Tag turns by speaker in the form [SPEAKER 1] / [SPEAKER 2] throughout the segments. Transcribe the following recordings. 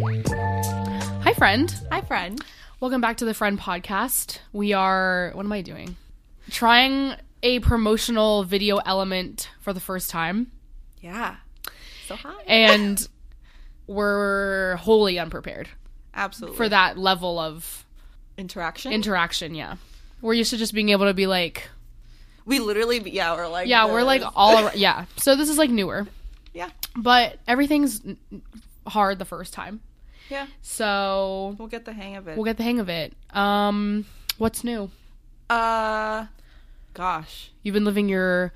[SPEAKER 1] Hi, friend.
[SPEAKER 2] Hi, friend.
[SPEAKER 1] Welcome back to the Friend Podcast. We are, what am I doing? Trying a promotional video element for the first time,
[SPEAKER 2] Yeah. So hi.
[SPEAKER 1] and we're wholly unprepared
[SPEAKER 2] Absolutely.
[SPEAKER 1] for that level of
[SPEAKER 2] interaction.
[SPEAKER 1] interaction. Yeah. We're used to just being able to be like,
[SPEAKER 2] we literally, yeah, we're like.
[SPEAKER 1] yeah, we're like
[SPEAKER 2] this.
[SPEAKER 1] all, ar- yeah. So this is like newer,
[SPEAKER 2] Yeah.
[SPEAKER 1] but everything's n- n- hard the first time.
[SPEAKER 2] Yeah.
[SPEAKER 1] So
[SPEAKER 2] We'll get the hang of it.
[SPEAKER 1] we'll get the hang of it. Um, what's new?
[SPEAKER 2] uh, gosh.
[SPEAKER 1] You've been living your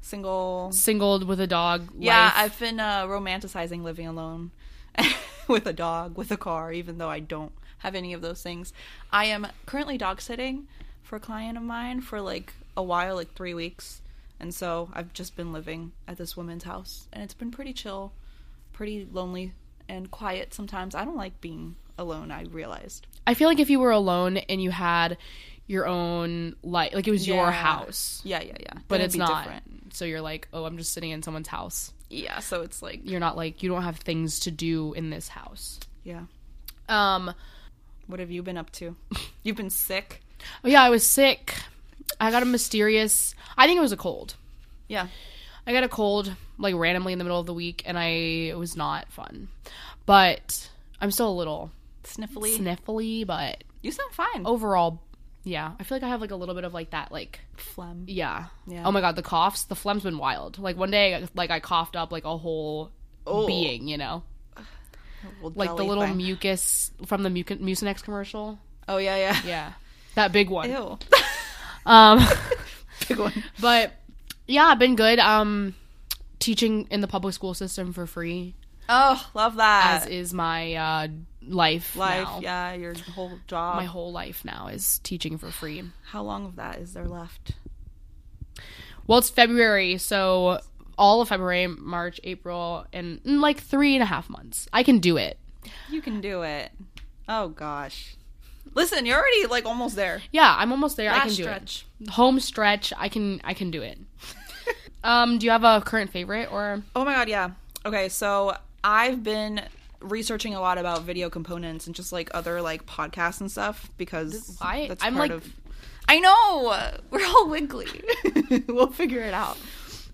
[SPEAKER 2] Single.
[SPEAKER 1] singled with a dog
[SPEAKER 2] Yeah,
[SPEAKER 1] life.
[SPEAKER 2] I've been uh, romanticizing living alone with a dog, with a car, even though I don't have any of those things. I am currently dog sitting for a client of mine for like a while, like three weeks. And so I've just been living at this woman's house. And it's been pretty chill, pretty lonely, and quiet sometimes. I don't like being alone, I realized.
[SPEAKER 1] I feel like if you were alone and you had your own life, like it was your
[SPEAKER 2] Yeah.
[SPEAKER 1] house,
[SPEAKER 2] Yeah, yeah, yeah.
[SPEAKER 1] but
[SPEAKER 2] Then it'd
[SPEAKER 1] it's
[SPEAKER 2] be
[SPEAKER 1] not. So you're like, oh, I'm just sitting in someone's house.
[SPEAKER 2] Yeah, so it's like,
[SPEAKER 1] You're not like you don't have things to do in this house.
[SPEAKER 2] yeah.
[SPEAKER 1] Um,
[SPEAKER 2] What have you been up to? You've been sick.
[SPEAKER 1] oh yeah, I was sick. I got a mysterious. I think it was a cold.
[SPEAKER 2] Yeah.
[SPEAKER 1] I got a cold like randomly in the middle of the week, and I it was not fun. But I'm still a little
[SPEAKER 2] Sniffly.
[SPEAKER 1] sniffly, but
[SPEAKER 2] you sound fine.
[SPEAKER 1] overall, yeah, I feel like I have like a little bit of like that like
[SPEAKER 2] phlegm.
[SPEAKER 1] Yeah.
[SPEAKER 2] Yeah.
[SPEAKER 1] Oh my god, the coughs, the phlegm's been wild. Like one day, like I coughed up like a whole
[SPEAKER 2] Oh.
[SPEAKER 1] being, you know,
[SPEAKER 2] Well,
[SPEAKER 1] like the
[SPEAKER 2] jelly
[SPEAKER 1] little
[SPEAKER 2] thing.
[SPEAKER 1] mucus from the muc- Mucinex commercial.
[SPEAKER 2] oh yeah, yeah.
[SPEAKER 1] Yeah, that big one.
[SPEAKER 2] Ew.
[SPEAKER 1] Um,
[SPEAKER 2] Big one.
[SPEAKER 1] but yeah, I've been good. Um, teaching in the public school system for free,
[SPEAKER 2] Oh, love that.
[SPEAKER 1] as is my uh life.
[SPEAKER 2] Life,
[SPEAKER 1] now.
[SPEAKER 2] yeah, your whole job.
[SPEAKER 1] My whole life now is teaching for free.
[SPEAKER 2] How long of that is there left?
[SPEAKER 1] Well, it's February, so all of February, March, April, and mm, like three and a half months. I can do it.
[SPEAKER 2] You can do it. Oh gosh. Listen, you're already like almost there.
[SPEAKER 1] Yeah, I'm almost there. I
[SPEAKER 2] Last
[SPEAKER 1] can do
[SPEAKER 2] stretch.
[SPEAKER 1] it. Home stretch. I can. I can do it. um, do you have a current favorite or?
[SPEAKER 2] Oh my god, yeah. Okay, so I've been researching a lot about video components and just like other like podcasts and stuff because
[SPEAKER 1] why-
[SPEAKER 2] that's
[SPEAKER 1] I'm,
[SPEAKER 2] part
[SPEAKER 1] like-
[SPEAKER 2] of I know we're all wiggly. we'll figure it out.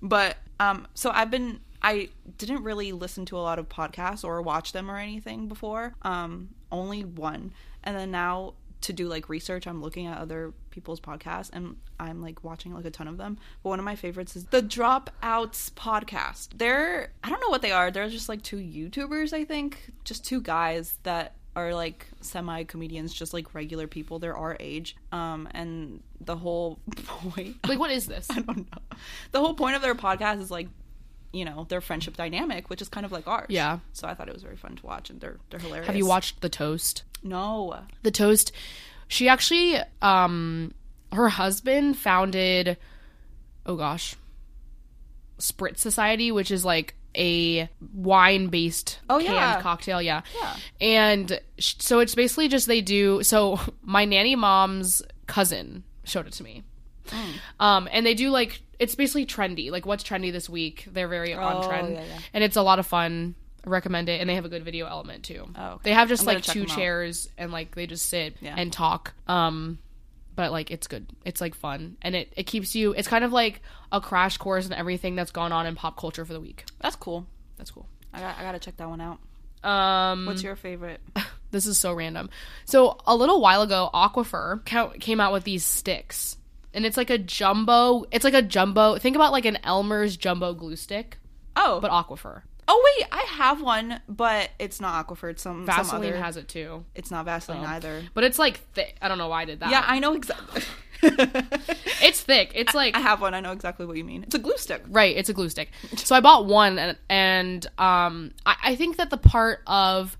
[SPEAKER 2] But um so I've been I didn't really listen to a lot of podcasts or watch them or anything before. Um only one. And then now to do like research, I'm looking at other people's podcasts and I'm like watching like a ton of them. But one of my favorites is the Dropouts podcast. They're I don't know what they are. They're just like two YouTubers, I think. Just two guys that are like semi comedians, just like regular people. They're our age. Um, and the whole point
[SPEAKER 1] Like, what is this?
[SPEAKER 2] I don't know. The whole point of their podcast is like, you know, their friendship dynamic, which is kind of like ours.
[SPEAKER 1] Yeah.
[SPEAKER 2] So I thought it was very fun to watch, and they're they're hilarious.
[SPEAKER 1] Have you watched The Toast?
[SPEAKER 2] No.
[SPEAKER 1] The Toast. She actually, um, her husband founded. Oh gosh. Spritz Society, which is like a wine based
[SPEAKER 2] Oh,
[SPEAKER 1] canned
[SPEAKER 2] yeah.
[SPEAKER 1] cocktail, yeah.
[SPEAKER 2] Yeah.
[SPEAKER 1] And sh- so it's basically just they do. So my nanny mom's cousin showed it to me.
[SPEAKER 2] Mm.
[SPEAKER 1] Um, and they do like it's basically trendy. Like what's trendy this week? They're very on
[SPEAKER 2] Oh,
[SPEAKER 1] trend,
[SPEAKER 2] yeah, yeah.
[SPEAKER 1] and it's a lot of fun. I recommend it, and they have a good video element too.
[SPEAKER 2] Oh, okay.
[SPEAKER 1] They have just
[SPEAKER 2] I'm gonna
[SPEAKER 1] like
[SPEAKER 2] check
[SPEAKER 1] two
[SPEAKER 2] them out.
[SPEAKER 1] chairs and like they just sit
[SPEAKER 2] Yeah.
[SPEAKER 1] and talk. Um, but like it's good. It's like fun, and it it keeps you. It's kind of like a crash course in everything that's gone on in pop culture for the week.
[SPEAKER 2] That's cool.
[SPEAKER 1] That's cool.
[SPEAKER 2] I got, I gotta check that one out.
[SPEAKER 1] Um,
[SPEAKER 2] What's your favorite?
[SPEAKER 1] this is so random. So a little while ago, Aquifer ca- came out with these sticks, and it's like a jumbo. It's like a jumbo. Think about like an Elmer's jumbo glue stick,
[SPEAKER 2] Oh,
[SPEAKER 1] but Aquifer.
[SPEAKER 2] oh wait, I have one, but it's not Aquifer. It's some some
[SPEAKER 1] Vaseline
[SPEAKER 2] other.
[SPEAKER 1] has Oh. it too,
[SPEAKER 2] it's not Vaseline either.
[SPEAKER 1] but it's like thick. I don't know why I did that.
[SPEAKER 2] Yeah, I know exactly.
[SPEAKER 1] it's Mm-hmm. thick. It's like
[SPEAKER 2] I have one. I know exactly what you mean. It's a glue stick.
[SPEAKER 1] Right, it's a glue stick. So I bought one, and, and um, I, I think that the part of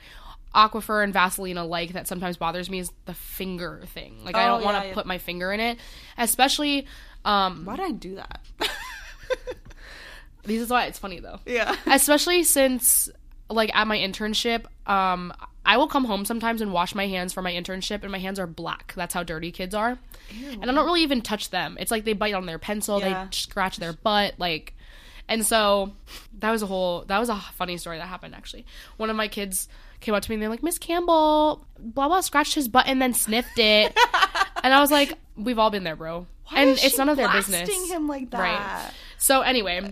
[SPEAKER 1] Aquifer and Vaseline alike that sometimes bothers me is the finger thing. Like I
[SPEAKER 2] Oh,
[SPEAKER 1] don't want to
[SPEAKER 2] yeah, yeah.
[SPEAKER 1] put my finger in it, especially. Um,
[SPEAKER 2] Why did I do that?
[SPEAKER 1] this is why it's funny though,
[SPEAKER 2] yeah.
[SPEAKER 1] especially since like at my internship, um, I will come home sometimes and wash my hands for my internship, and my hands are black. That's how dirty kids are. And I don't really even touch them. It's like they bite on their pencil,
[SPEAKER 2] Yeah.
[SPEAKER 1] they scratch their butt, like. And so that was a whole that was a funny story that happened actually. One of my kids came up to me and they're like, "Miss Campbell, blah blah, scratched his butt and then sniffed it," and I was like, "We've all been there, bro." and
[SPEAKER 2] is
[SPEAKER 1] it's
[SPEAKER 2] she
[SPEAKER 1] none of their
[SPEAKER 2] blasting
[SPEAKER 1] business.
[SPEAKER 2] him like that?
[SPEAKER 1] So anyway,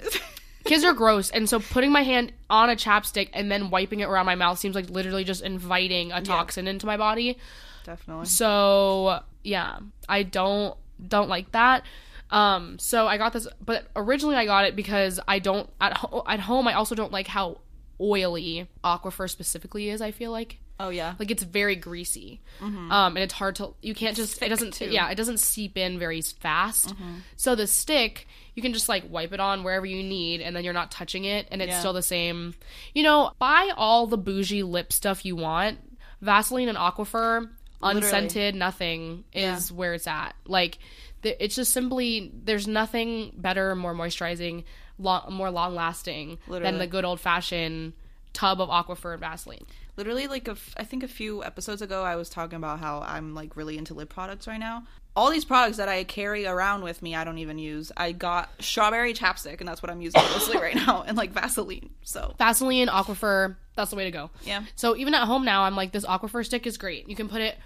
[SPEAKER 1] kids are gross, and so putting my hand on a chapstick and then wiping it around my mouth seems like literally just inviting a toxin into my body.
[SPEAKER 2] Definitely.
[SPEAKER 1] So yeah, I don't don't like that. Um, so I got this, but originally I got it because I don't at ho- at home. I also don't like how oily aquifer specifically is. I feel like
[SPEAKER 2] Oh yeah. Mm-hmm.
[SPEAKER 1] like it's very greasy, um, and it's hard to you can't just it doesn't
[SPEAKER 2] too. Mm-hmm.
[SPEAKER 1] yeah it doesn't seep in very fast. So the stick you can just like wipe it on wherever you need, and then you're not touching it, and it's
[SPEAKER 2] Yeah.
[SPEAKER 1] still the same. You know, buy all the bougie lip stuff you want, Vaseline and Aquifer, unscented, nothing is where it's at. Like th- it's just simply there's nothing better, more moisturizing, lo- more long lasting than
[SPEAKER 2] Literally.
[SPEAKER 1] the good old fashioned tub of Aquifer and Vaseline.
[SPEAKER 2] Literally, like a f- I think a few episodes ago, I was talking about how I'm like really into lip products right now. All these products that I carry around with me, I don't even use. I got strawberry chapstick, and that's what I'm using mostly right now, and like Vaseline. So
[SPEAKER 1] Vaseline, Aquifer, that's the way to go.
[SPEAKER 2] yeah,
[SPEAKER 1] So even at home now, I'm like, this Aquifer stick is great. You can put it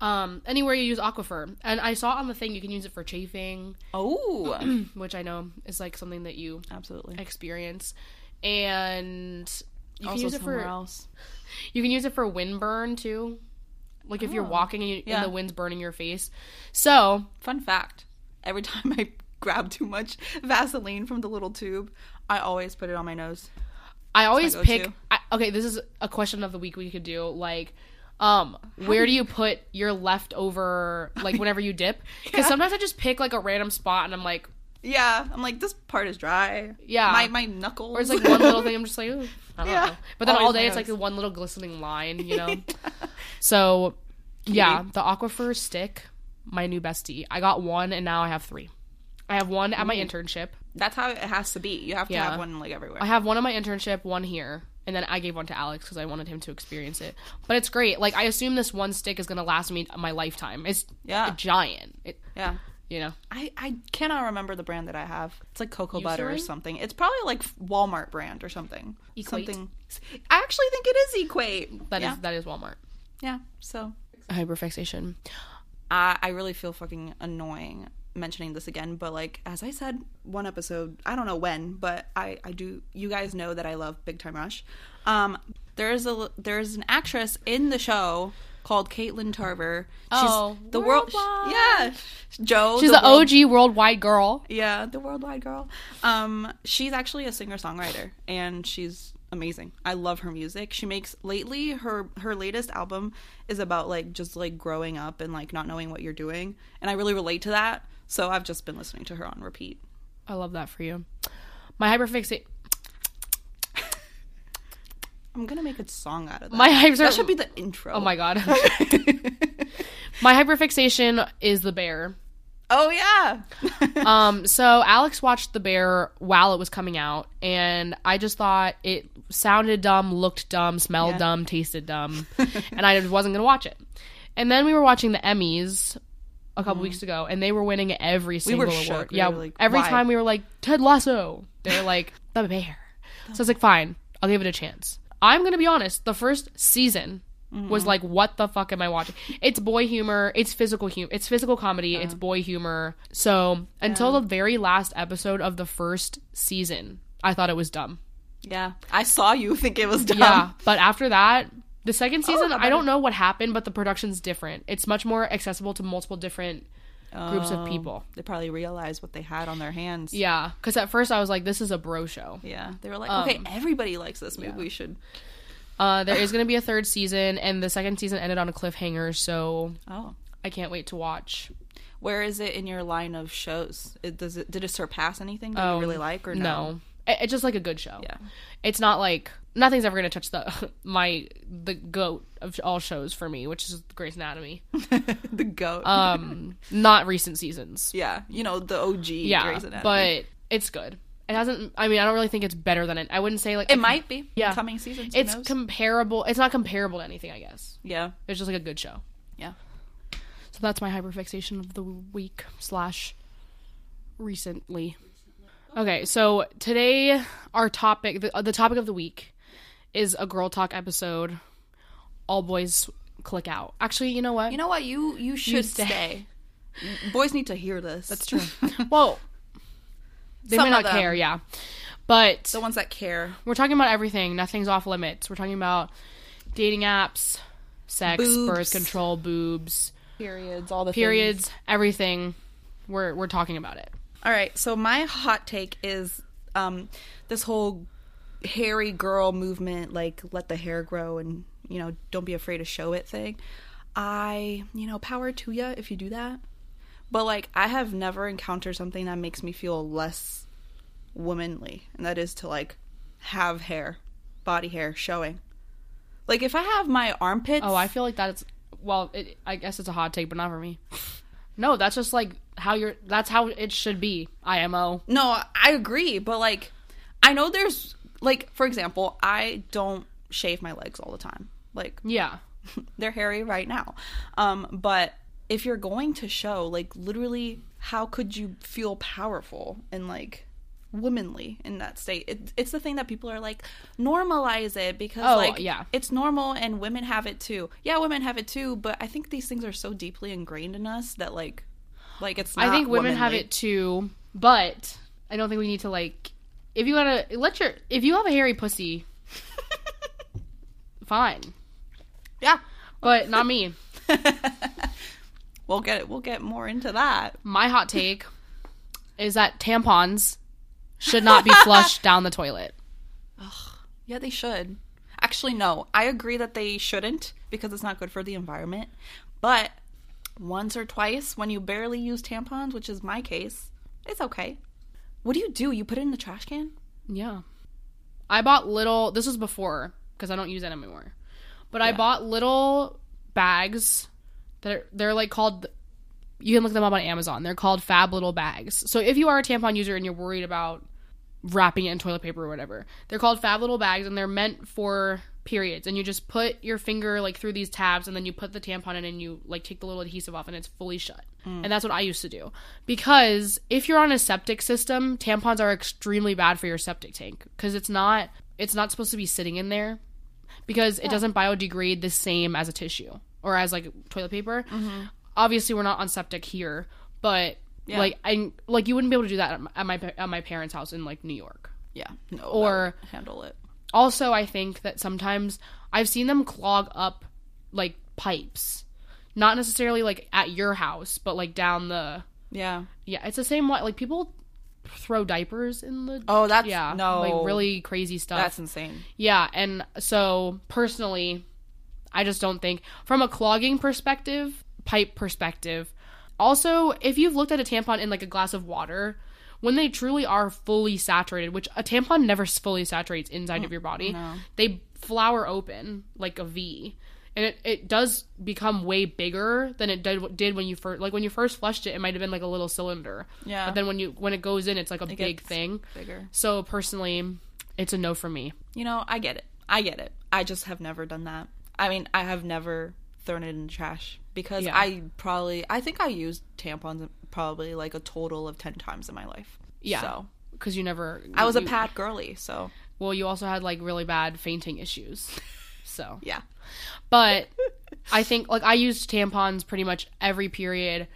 [SPEAKER 1] um, anywhere you use Aquifer. And I saw on the thing you can use it for chafing,
[SPEAKER 2] oh,
[SPEAKER 1] which I know is like something that you
[SPEAKER 2] absolutely.
[SPEAKER 1] experience. And you can
[SPEAKER 2] also
[SPEAKER 1] use it
[SPEAKER 2] somewhere
[SPEAKER 1] for
[SPEAKER 2] else.
[SPEAKER 1] you can use it for wind burn too. Like if you're walking and, you,
[SPEAKER 2] Oh. Yeah.
[SPEAKER 1] and the wind's burning your face. So
[SPEAKER 2] Fun fact: every time I grab too much Vaseline from the little tube, I always put it on my nose.
[SPEAKER 1] I always
[SPEAKER 2] go-to.
[SPEAKER 1] pick. I, okay, this is a question of the week we could do. Like, um, where do you put your leftover? Like, whenever you dip, because
[SPEAKER 2] Yeah.
[SPEAKER 1] sometimes I just pick like a random spot, and I'm like,
[SPEAKER 2] Yeah, I'm like this part is dry.
[SPEAKER 1] Yeah.
[SPEAKER 2] my my knuckles.
[SPEAKER 1] or it's like one little thing. I'm just like, ooh, I don't
[SPEAKER 2] Yeah.
[SPEAKER 1] know. But then
[SPEAKER 2] Always
[SPEAKER 1] all day
[SPEAKER 2] my
[SPEAKER 1] it's like
[SPEAKER 2] nose.
[SPEAKER 1] the one little glistening line, you know. So, yeah, the Aquifer stick, my new bestie. I got one, and now I have three. I have one at my internship.
[SPEAKER 2] That's how it has to be. You have to
[SPEAKER 1] Yeah.
[SPEAKER 2] have one like everywhere.
[SPEAKER 1] I have one at my internship, one here, and then I gave one to Alex because I wanted him to experience it. But it's great. Like I assume this one stick is gonna last me my lifetime. It's
[SPEAKER 2] Yeah.
[SPEAKER 1] giant. It,
[SPEAKER 2] yeah.
[SPEAKER 1] you know,
[SPEAKER 2] I, I cannot remember the brand that I have. It's like cocoa butter or
[SPEAKER 1] Eucerin?
[SPEAKER 2] something. It's probably like Walmart brand or something.
[SPEAKER 1] Equate.
[SPEAKER 2] Something. I actually think it is Equate.
[SPEAKER 1] that is
[SPEAKER 2] yeah.
[SPEAKER 1] that is Walmart
[SPEAKER 2] yeah. So
[SPEAKER 1] hyperfixation.
[SPEAKER 2] I I really feel fucking annoying mentioning this again, but like as I said one episode, I don't know when, but I I do. You guys know that I love Big Time Rush. Um, there is a there is an actress in the show called Caitlin Tarver. She's
[SPEAKER 1] Oh,
[SPEAKER 2] the world.
[SPEAKER 1] worldwide.
[SPEAKER 2] Yeah, Joe.
[SPEAKER 1] She's
[SPEAKER 2] the
[SPEAKER 1] the
[SPEAKER 2] world-
[SPEAKER 1] OG worldwide girl.
[SPEAKER 2] yeah, the worldwide girl. Um, she's actually a singer songwriter, and she's amazing. I love her music. She makes lately her her latest album is about like just like growing up and like not knowing what you're doing, and I really relate to that. So I've just been listening to her on repeat.
[SPEAKER 1] I love that for you. My hyperfixation.
[SPEAKER 2] I'm gonna make a song out of that.
[SPEAKER 1] My hyperfixation.
[SPEAKER 2] that should be the intro.
[SPEAKER 1] Oh my god. my hyperfixation is the bear.
[SPEAKER 2] oh yeah.
[SPEAKER 1] Um, so Alex watched The Bear while it was coming out, and I just thought it sounded dumb, looked dumb, smelled
[SPEAKER 2] Yeah.
[SPEAKER 1] dumb, tasted dumb, and I wasn't gonna watch it. And then we were watching the Emmys a couple weeks ago, and they were winning every single
[SPEAKER 2] were
[SPEAKER 1] award.
[SPEAKER 2] shook. We
[SPEAKER 1] yeah,
[SPEAKER 2] were like,
[SPEAKER 1] every
[SPEAKER 2] why?
[SPEAKER 1] time we were like Ted Lasso, they were like The Bear. So I was like, fine, I'll give it a chance. I'm gonna be honest. The first season
[SPEAKER 2] Mm-hmm.
[SPEAKER 1] was like, what the fuck am I watching? It's boy humor. It's physical humor. It's physical comedy. It's boy humor. So until the very last episode of the first season, I thought it was dumb.
[SPEAKER 2] yeah, I saw you think it was dumb.
[SPEAKER 1] Yeah, but after that, the second season,
[SPEAKER 2] I
[SPEAKER 1] I don't know what happened, but the production's different. It's much more accessible to multiple different groups
[SPEAKER 2] Oh.
[SPEAKER 1] of people.
[SPEAKER 2] They probably realized what they had on their hands.
[SPEAKER 1] Yeah, because at first I was like, this is a bro show.
[SPEAKER 2] Yeah. They were like,
[SPEAKER 1] Um,
[SPEAKER 2] okay, everybody likes this. Maybe we should.
[SPEAKER 1] Uh, there is going to be a third season, and the second season ended on a cliffhanger, so
[SPEAKER 2] Oh.
[SPEAKER 1] I can't wait to watch.
[SPEAKER 2] Where is it in your line of shows? It, does it did it surpass anything that you really like or Um, no?
[SPEAKER 1] No, It- it's just like a good show.
[SPEAKER 2] Yeah.
[SPEAKER 1] it's not like nothing's ever going to touch the my the goat of all shows for me, which is Grey's Anatomy.
[SPEAKER 2] the goat.
[SPEAKER 1] Um, not recent seasons.
[SPEAKER 2] yeah, you know the OG.
[SPEAKER 1] Yeah,
[SPEAKER 2] Grey's Anatomy.
[SPEAKER 1] but it's good. It hasn't. I mean, I don't really think it's better than it. I wouldn't say like
[SPEAKER 2] It might be.
[SPEAKER 1] Yeah.
[SPEAKER 2] Coming seasons. who
[SPEAKER 1] It's
[SPEAKER 2] knows?
[SPEAKER 1] comparable. It's not comparable to anything, I guess.
[SPEAKER 2] yeah.
[SPEAKER 1] It's just like a good show.
[SPEAKER 2] Yeah.
[SPEAKER 1] So that's my hyperfixation of the week slash recently. Okay, so today our topic, the, uh, the topic of the week, is a girl talk episode. All boys click out. Actually, you know what?
[SPEAKER 2] You know what? You you should
[SPEAKER 1] stay.
[SPEAKER 2] stay. Boys need to hear this. That's true.
[SPEAKER 1] well, they
[SPEAKER 2] Some
[SPEAKER 1] may
[SPEAKER 2] of
[SPEAKER 1] not
[SPEAKER 2] them.
[SPEAKER 1] care, yeah. But
[SPEAKER 2] the ones that care.
[SPEAKER 1] we're talking about everything. Nothing's off limits. We're talking about dating apps, sex,
[SPEAKER 2] Boobs.
[SPEAKER 1] birth control, boobs,
[SPEAKER 2] Periods, all the
[SPEAKER 1] periods, everything. We're we're talking about it.
[SPEAKER 2] All right, so my hot take is um, this whole hairy girl movement, like let the hair grow and you know don't be afraid to show it thing. I you know power to ya if you do that, but like I have never encountered something that makes me feel less womanly, and that is to like have hair, body hair showing. Like if I have my armpits,
[SPEAKER 1] Oh, I feel like that's well. It, I guess it's a hot take, but not for me. No, that's just like how you're. That's how it should be. IMO.
[SPEAKER 2] No, I agree, but like I know there's like for example, I don't shave my legs all the time. Like
[SPEAKER 1] Yeah.
[SPEAKER 2] they're hairy right now. Um but if you're going to show like literally how could you feel powerful and like womanly in that state it, it's the thing that people are like normalize it because
[SPEAKER 1] Oh,
[SPEAKER 2] like
[SPEAKER 1] yeah.
[SPEAKER 2] it's normal and women have it too yeah women have it too but i think these things are so deeply ingrained in us that like like it's not
[SPEAKER 1] I think women have
[SPEAKER 2] womanly.
[SPEAKER 1] it too, but I don't think we need to like. If you gotta let your if you have a hairy pussy, fine,
[SPEAKER 2] yeah
[SPEAKER 1] but not me.
[SPEAKER 2] we'll get we'll get more into that.
[SPEAKER 1] My hot take is that tampons should not be flushed down the toilet.
[SPEAKER 2] Yeah, they should. Actually, no. I agree that they shouldn't because it's not good for the environment. But once or twice when you barely use tampons, which is my case, it's okay. What do you do? You put it in the trash can?
[SPEAKER 1] Yeah. I bought little, this was before because I don't use it anymore. But I bought little bags that are, they're like called, you can look them up on Amazon. They're called fab little bags. So if you are a tampon user and you're worried about wrapping it in toilet paper or whatever, they're called fab little bags and they're meant for periods. And you just put your finger like through these tabs and then you put the tampon in and you like take the little adhesive off and it's fully shut. And that's what I used to do. Because if you're on a septic system, tampons are extremely bad for your septic tank because it's not it's not supposed to be sitting in there because it doesn't biodegrade the same as a tissue or as like toilet paper. Obviously, we're not on septic here, but
[SPEAKER 2] Yeah.
[SPEAKER 1] like I like you wouldn't be able to do that at my- at my pa- at my parents' house in like New York.
[SPEAKER 2] Yeah. No.
[SPEAKER 1] Or-
[SPEAKER 2] Or handle it.
[SPEAKER 1] Also, I think that sometimes I've seen them clog up like pipes, not necessarily like at your house, but like down the
[SPEAKER 2] Yeah.
[SPEAKER 1] yeah. It's the same way like people throw diapers in the
[SPEAKER 2] Oh, that's
[SPEAKER 1] yeah
[SPEAKER 2] no.
[SPEAKER 1] like really crazy stuff.
[SPEAKER 2] that's insane.
[SPEAKER 1] Yeah, and so personally, I just don't think from a clogging perspective, pipe perspective. Also, if you've looked at a tampon in like a glass of water, when they truly are fully saturated, which a tampon never s- fully saturates inside
[SPEAKER 2] Mm,
[SPEAKER 1] of your body, they flower open like a V. And it, it does become way bigger than it did, did when you first like when you first flushed it. It might have been like a little cylinder,
[SPEAKER 2] Yeah.
[SPEAKER 1] but then when you when it goes in, it's like a big
[SPEAKER 2] gets
[SPEAKER 1] thing.
[SPEAKER 2] Bigger.
[SPEAKER 1] So personally, it's a no for me.
[SPEAKER 2] You know, I get it. I get it. I just have never done that. I mean, I have never thrown it in the trash because
[SPEAKER 1] Yeah.
[SPEAKER 2] I probably I think I used tampons probably like a total of 10 times in my life.
[SPEAKER 1] Yeah.
[SPEAKER 2] So,
[SPEAKER 1] because you never.
[SPEAKER 2] I was a
[SPEAKER 1] you-
[SPEAKER 2] pad girly, so
[SPEAKER 1] Well, you also had like really bad fainting issues. So,
[SPEAKER 2] yeah.
[SPEAKER 1] but I think like I used tampons pretty much every period,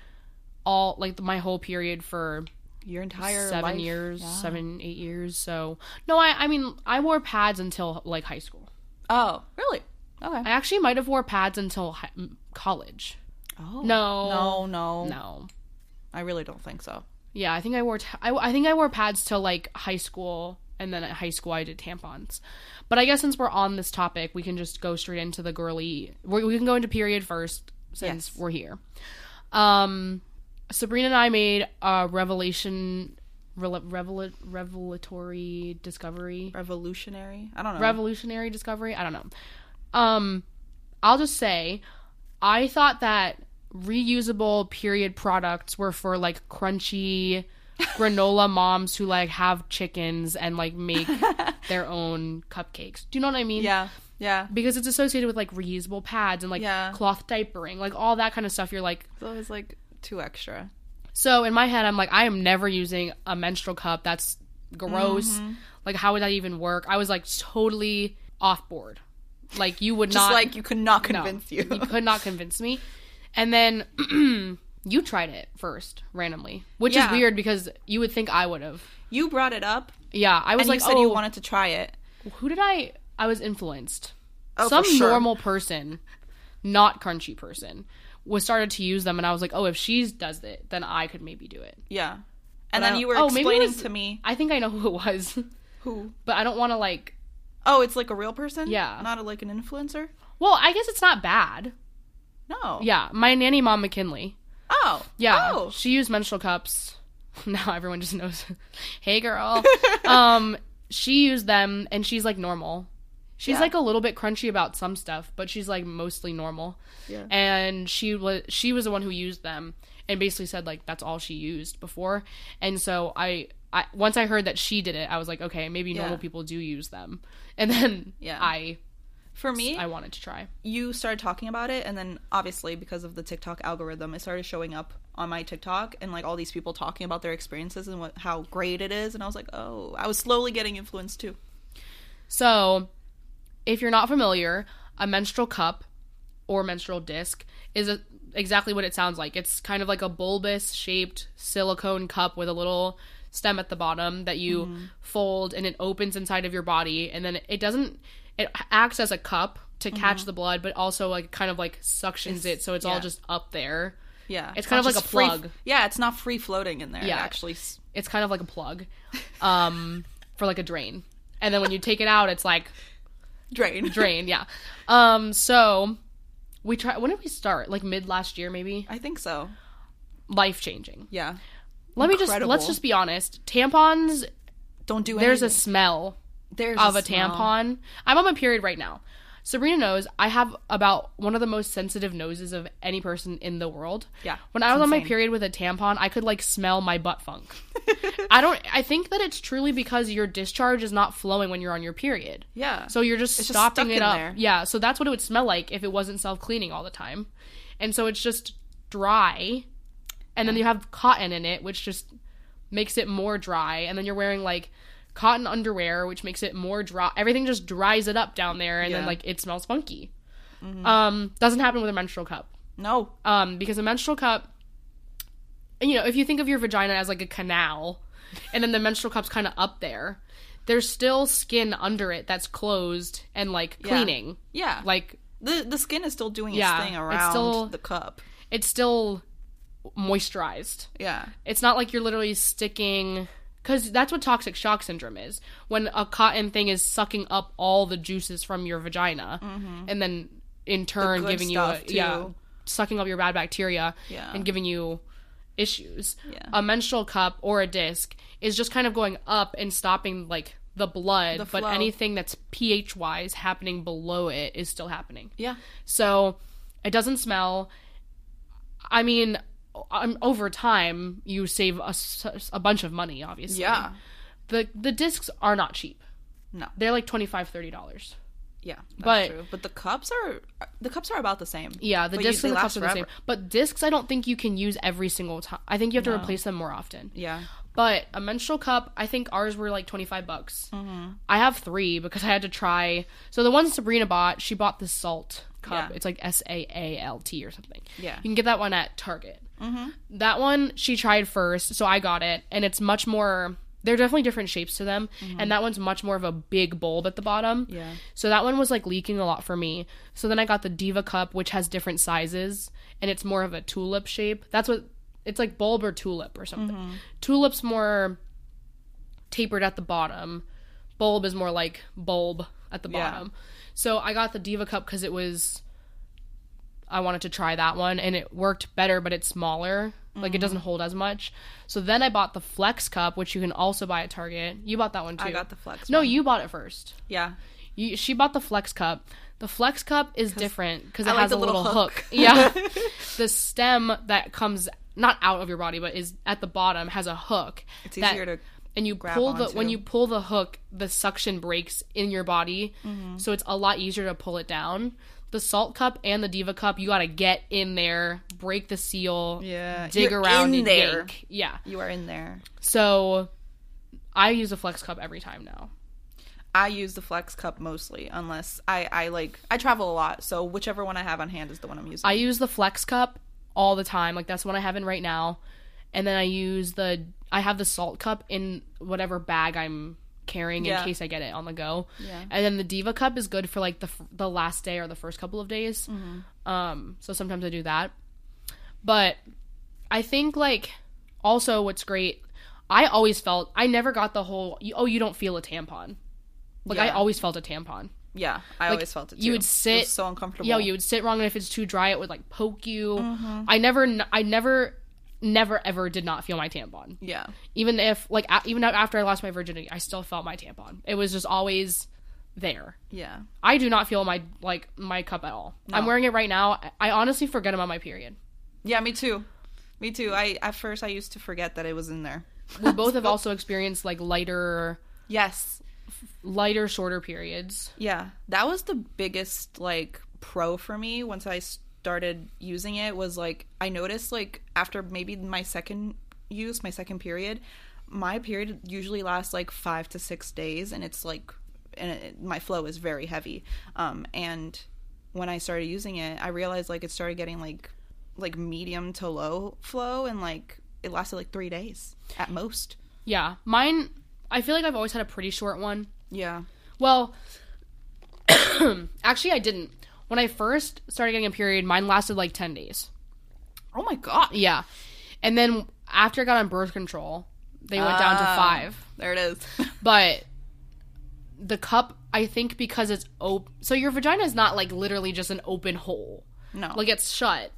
[SPEAKER 1] all like my whole period for
[SPEAKER 2] Your entire
[SPEAKER 1] seven
[SPEAKER 2] life.
[SPEAKER 1] years,
[SPEAKER 2] Yeah.
[SPEAKER 1] seven eight years. So no, I I mean I wore pads until like high school.
[SPEAKER 2] Oh, really? Okay.
[SPEAKER 1] I actually might have wore pads until hi- m- college.
[SPEAKER 2] Oh.
[SPEAKER 1] No,
[SPEAKER 2] No, no.
[SPEAKER 1] no.
[SPEAKER 2] I really don't think so.
[SPEAKER 1] Yeah, I think I wore t- I, I think I wore pads till like high school, and then at high school I did tampons. But I guess since we're on this topic, we can just go straight into the girly. We, we can go into period first since
[SPEAKER 2] Yes.
[SPEAKER 1] we're here. Um, Sabrina and I made a revelation, rele revel, revelatory discovery,
[SPEAKER 2] Revolutionary? I don't know.
[SPEAKER 1] revolutionary discovery. I don't know. Um, I'll just say, I thought that reusable period products were for like crunchy granola moms who like have chickens and like make their own cupcakes. Do you know what I mean?
[SPEAKER 2] Yeah. Yeah.
[SPEAKER 1] Because it's associated with like reusable pads and like
[SPEAKER 2] Yeah.
[SPEAKER 1] cloth diapering, like all that kind of stuff. You're like,
[SPEAKER 2] So it was like too extra.
[SPEAKER 1] so in my head, I'm like, I am never using a menstrual cup. That's gross.
[SPEAKER 2] Mm-hmm.
[SPEAKER 1] Like, how would that even work? I was like totally off board. Like, you would
[SPEAKER 2] Just
[SPEAKER 1] not
[SPEAKER 2] like you could not
[SPEAKER 1] no.
[SPEAKER 2] convince you.
[SPEAKER 1] could not convince me. And then you tried it first randomly, which
[SPEAKER 2] Yeah.
[SPEAKER 1] is weird because you would think I would have.
[SPEAKER 2] you brought it up
[SPEAKER 1] Yeah, I was
[SPEAKER 2] and
[SPEAKER 1] like,
[SPEAKER 2] you said
[SPEAKER 1] oh,
[SPEAKER 2] you wanted to try it.
[SPEAKER 1] who did I? I was influenced.
[SPEAKER 2] Oh,
[SPEAKER 1] Some
[SPEAKER 2] for sure.
[SPEAKER 1] normal person, not crunchy person, was started to use them, and I was like, oh, if she does it, then I could maybe do it.
[SPEAKER 2] Yeah. And
[SPEAKER 1] I
[SPEAKER 2] then
[SPEAKER 1] don't-
[SPEAKER 2] you were
[SPEAKER 1] oh, maybe it
[SPEAKER 2] explaining
[SPEAKER 1] was-
[SPEAKER 2] to me
[SPEAKER 1] I think I know who it was,
[SPEAKER 2] who.
[SPEAKER 1] but I don't want to like.
[SPEAKER 2] Oh, it's like a real person?
[SPEAKER 1] Yeah.
[SPEAKER 2] Not a, like an influencer?
[SPEAKER 1] Well, I guess it's not bad.
[SPEAKER 2] No.
[SPEAKER 1] Yeah, my nanny mom McKinley.
[SPEAKER 2] Oh.
[SPEAKER 1] Yeah,
[SPEAKER 2] Oh.
[SPEAKER 1] she used menstrual cups. Now everyone just knows. hey, girl. um, she used them, and she's like normal. She's
[SPEAKER 2] Yeah.
[SPEAKER 1] like a little bit crunchy about some stuff, but she's like mostly normal.
[SPEAKER 2] Yeah.
[SPEAKER 1] And she was she was the one who used them, and basically said like that's all she used before. And so I. I, once I heard that she did it, I was like, okay, maybe
[SPEAKER 2] Yeah.
[SPEAKER 1] normal people do use them. And then
[SPEAKER 2] Yeah.
[SPEAKER 1] I
[SPEAKER 2] For me,
[SPEAKER 1] I wanted to try.
[SPEAKER 2] you started talking about it and then obviously because of the TikTok algorithm it started showing up on my TikTok and like all these people talking about their experiences and what how great it is and I was like oh I was slowly getting influenced too
[SPEAKER 1] So, if you're not familiar, a menstrual cup or menstrual disc is a, exactly what it sounds like. It's kind of like a bulbous shaped silicone cup with a little stem at the bottom that you fold and it opens inside of your body and then it doesn't it acts as a cup to catch the blood but also like kind of like suctions it so it's all
[SPEAKER 2] yeah.
[SPEAKER 1] just up there.
[SPEAKER 2] yeah
[SPEAKER 1] It's kind of
[SPEAKER 2] not
[SPEAKER 1] like
[SPEAKER 2] just
[SPEAKER 1] a
[SPEAKER 2] free,
[SPEAKER 1] plug.
[SPEAKER 2] yeah it's not free floating in there yeah
[SPEAKER 1] Yeah.
[SPEAKER 2] actually s-
[SPEAKER 1] It's kind of like a plug um for like a drain. And then when you take it out it's like
[SPEAKER 2] drain
[SPEAKER 1] drain yeah um so we try when did we start like mid last year maybe
[SPEAKER 2] I think so
[SPEAKER 1] life changing
[SPEAKER 2] yeah
[SPEAKER 1] let me just
[SPEAKER 2] Incredible.
[SPEAKER 1] let's just be honest tampons
[SPEAKER 2] don't do
[SPEAKER 1] there's a
[SPEAKER 2] anything.
[SPEAKER 1] smell
[SPEAKER 2] there's
[SPEAKER 1] of a
[SPEAKER 2] smell.
[SPEAKER 1] tampon i'm on my period right now sabrina knows i have about one of the most sensitive noses of any person in the world
[SPEAKER 2] Yeah,
[SPEAKER 1] when i was on my
[SPEAKER 2] insane.
[SPEAKER 1] period with a tampon i could like smell my butt funk i don't i think that it's truly because your discharge is not flowing when you're on your period
[SPEAKER 2] yeah
[SPEAKER 1] So you're just
[SPEAKER 2] It's just
[SPEAKER 1] stopping
[SPEAKER 2] stuck
[SPEAKER 1] it
[SPEAKER 2] in
[SPEAKER 1] up.
[SPEAKER 2] there.
[SPEAKER 1] Yeah, so that's what it would smell like if it wasn't self cleaning all the time. And so it's just dry. And then you have cotton in it, which just makes it more dry. And then you're wearing like cotton underwear, which makes it more dry. Everything just dries it up down there. And then
[SPEAKER 2] Yeah.
[SPEAKER 1] like
[SPEAKER 2] Mm-hmm.
[SPEAKER 1] it smells funky. Um, doesn't happen with a menstrual cup.
[SPEAKER 2] no
[SPEAKER 1] Um, because a menstrual cup, you know, if you think of your vagina as like a canal, and then the menstrual cup's kind of up there, there's still skin under it that's closed and like
[SPEAKER 2] Yeah.
[SPEAKER 1] cleaning.
[SPEAKER 2] yeah like
[SPEAKER 1] Like
[SPEAKER 2] the the skin is still doing
[SPEAKER 1] Yeah,
[SPEAKER 2] its thing
[SPEAKER 1] it's
[SPEAKER 2] around
[SPEAKER 1] still-
[SPEAKER 2] the cup
[SPEAKER 1] it's still moisturized.
[SPEAKER 2] yeah
[SPEAKER 1] It's not like you're literally sticking. Because that's what toxic shock syndrome is. When a cotton thing is sucking up all the juices from your vagina, and then in turn
[SPEAKER 2] Mm-hmm. good
[SPEAKER 1] giving you, a,
[SPEAKER 2] stuff,
[SPEAKER 1] yeah,
[SPEAKER 2] too.
[SPEAKER 1] sucking up your bad bacteria
[SPEAKER 2] Yeah.
[SPEAKER 1] and giving you issues.
[SPEAKER 2] Yeah.
[SPEAKER 1] A menstrual cup or a disc is just kind of going up and stopping like the blood,
[SPEAKER 2] The
[SPEAKER 1] but
[SPEAKER 2] flow.
[SPEAKER 1] anything that's pH wise happening below it is still happening.
[SPEAKER 2] yeah
[SPEAKER 1] So it doesn't smell. I mean, um, over time you save a, s- a bunch of money. Obviously,
[SPEAKER 2] yeah
[SPEAKER 1] The the discs are not cheap.
[SPEAKER 2] No.
[SPEAKER 1] they're like 25 30 dollars.
[SPEAKER 2] yeah that's
[SPEAKER 1] But-
[SPEAKER 2] true but the cups are the cups are about the same
[SPEAKER 1] Yeah, the
[SPEAKER 2] But you-
[SPEAKER 1] discs
[SPEAKER 2] they
[SPEAKER 1] and the cups
[SPEAKER 2] last
[SPEAKER 1] are the same.
[SPEAKER 2] forever.
[SPEAKER 1] But discs, I don't think you can use every single time. I think you have to replace them more often.
[SPEAKER 2] yeah
[SPEAKER 1] But a menstrual cup, I think ours were like 25 bucks.
[SPEAKER 2] Mm-hmm.
[SPEAKER 1] I have three because I had to try. So the one Sabrina bought, she bought the salt cup.
[SPEAKER 2] Yeah.
[SPEAKER 1] It's like S A A L T or something.
[SPEAKER 2] Yeah.
[SPEAKER 1] You can get that one at Target. Mm-hmm. That one she tried first, so I got it. And it's much more, they're definitely different shapes to them. And that one's much more of a big bulb at the bottom.
[SPEAKER 2] Mm-hmm. Yeah.
[SPEAKER 1] So that one was like leaking a lot for me. So then I got the Diva cup, which has different sizes and it's more of a tulip shape. That's what it's like bulb or tulip or something.
[SPEAKER 2] Mm-hmm.
[SPEAKER 1] Tulip's more tapered at the bottom, bulb is more like bulb at the
[SPEAKER 2] Yeah.
[SPEAKER 1] bottom. So I got the Diva cup because it was. I wanted to try that one and it worked better, but it's smaller. Like
[SPEAKER 2] Mm-hmm.
[SPEAKER 1] it doesn't hold as much. So then I bought the Flex cup, which you can also buy at Target. You bought that one too.
[SPEAKER 2] I got the flex.
[SPEAKER 1] no,
[SPEAKER 2] one.
[SPEAKER 1] you bought it first.
[SPEAKER 2] yeah,
[SPEAKER 1] You, she bought the flex cup. The flex cup is different because
[SPEAKER 2] I
[SPEAKER 1] it
[SPEAKER 2] like
[SPEAKER 1] has
[SPEAKER 2] the
[SPEAKER 1] a
[SPEAKER 2] little
[SPEAKER 1] little,
[SPEAKER 2] hook.
[SPEAKER 1] hook. Yeah, the stem that comes not out of your body, but is at the bottom has a hook.
[SPEAKER 2] It's
[SPEAKER 1] that-
[SPEAKER 2] easier to
[SPEAKER 1] and you
[SPEAKER 2] grab
[SPEAKER 1] pull the when
[SPEAKER 2] onto.
[SPEAKER 1] you pull the hook, the suction breaks in your body,
[SPEAKER 2] Mm-hmm.
[SPEAKER 1] so it's a lot easier to pull it down. The salt cup and the diva cup, you gotta get in there, break the seal,
[SPEAKER 2] yeah
[SPEAKER 1] dig
[SPEAKER 2] You're
[SPEAKER 1] around
[SPEAKER 2] in
[SPEAKER 1] and
[SPEAKER 2] there.
[SPEAKER 1] yank. Yeah.
[SPEAKER 2] You are in there.
[SPEAKER 1] So I use a flex cup every time now.
[SPEAKER 2] I use the Flex Cup mostly, unless I I like I travel a lot, so whichever one I have on hand is the one I'm using.
[SPEAKER 1] I use the flex cup all the time. Like that's what I have in right now. And then I use the I have the salt cup in whatever bag I'm carrying
[SPEAKER 2] Yeah.
[SPEAKER 1] in case I get it on the go.
[SPEAKER 2] Yeah.
[SPEAKER 1] And then the diva cup is good for like the f- the last day or the first couple of days.
[SPEAKER 2] Mm-hmm.
[SPEAKER 1] Um so sometimes I do that. But I think like also what's great I always felt I never got the whole you- oh you don't feel a tampon. Like I
[SPEAKER 2] Yeah.
[SPEAKER 1] always felt a tampon.
[SPEAKER 2] yeah, I always felt it. Too.
[SPEAKER 1] you would
[SPEAKER 2] It was
[SPEAKER 1] sit-
[SPEAKER 2] so uncomfortable.
[SPEAKER 1] Yo, you would sit wrong, and if it's too dry, it would like poke you. I never, n- I never, never ever did not feel my tampon.
[SPEAKER 2] yeah,
[SPEAKER 1] Even if like a- even after I lost my virginity, I still felt my tampon. It was just always there.
[SPEAKER 2] yeah.
[SPEAKER 1] I do not feel my like my cup at all. I'm wearing it right now. I- I honestly forget about my period.
[SPEAKER 2] Yeah, me too. Me too. I at first I used to forget that it was in there.
[SPEAKER 1] We both have also experienced like lighter,
[SPEAKER 2] Yes.
[SPEAKER 1] lighter, shorter periods.
[SPEAKER 2] Yeah. That was the biggest like pro for me once I started using it was like I noticed like after maybe my second use, my second period, my period usually lasts like 5 to 6 days and it's like and it, my flow is very heavy. Um and when I started using it, I realized like it started getting like like medium to low flow and like it lasted like 3 days at most.
[SPEAKER 1] Yeah, mine. I feel like I've always had a pretty short one.
[SPEAKER 2] Yeah.
[SPEAKER 1] Well, actually, I didn't. When I first started getting a period, mine lasted like 10 days.
[SPEAKER 2] Oh my god.
[SPEAKER 1] Yeah. And then after I got on birth control, they went down to
[SPEAKER 2] Ah.
[SPEAKER 1] five.
[SPEAKER 2] There it is.
[SPEAKER 1] But the cup, I think because it's open. So your vagina is not like literally just an open hole,
[SPEAKER 2] no.
[SPEAKER 1] like it's shut.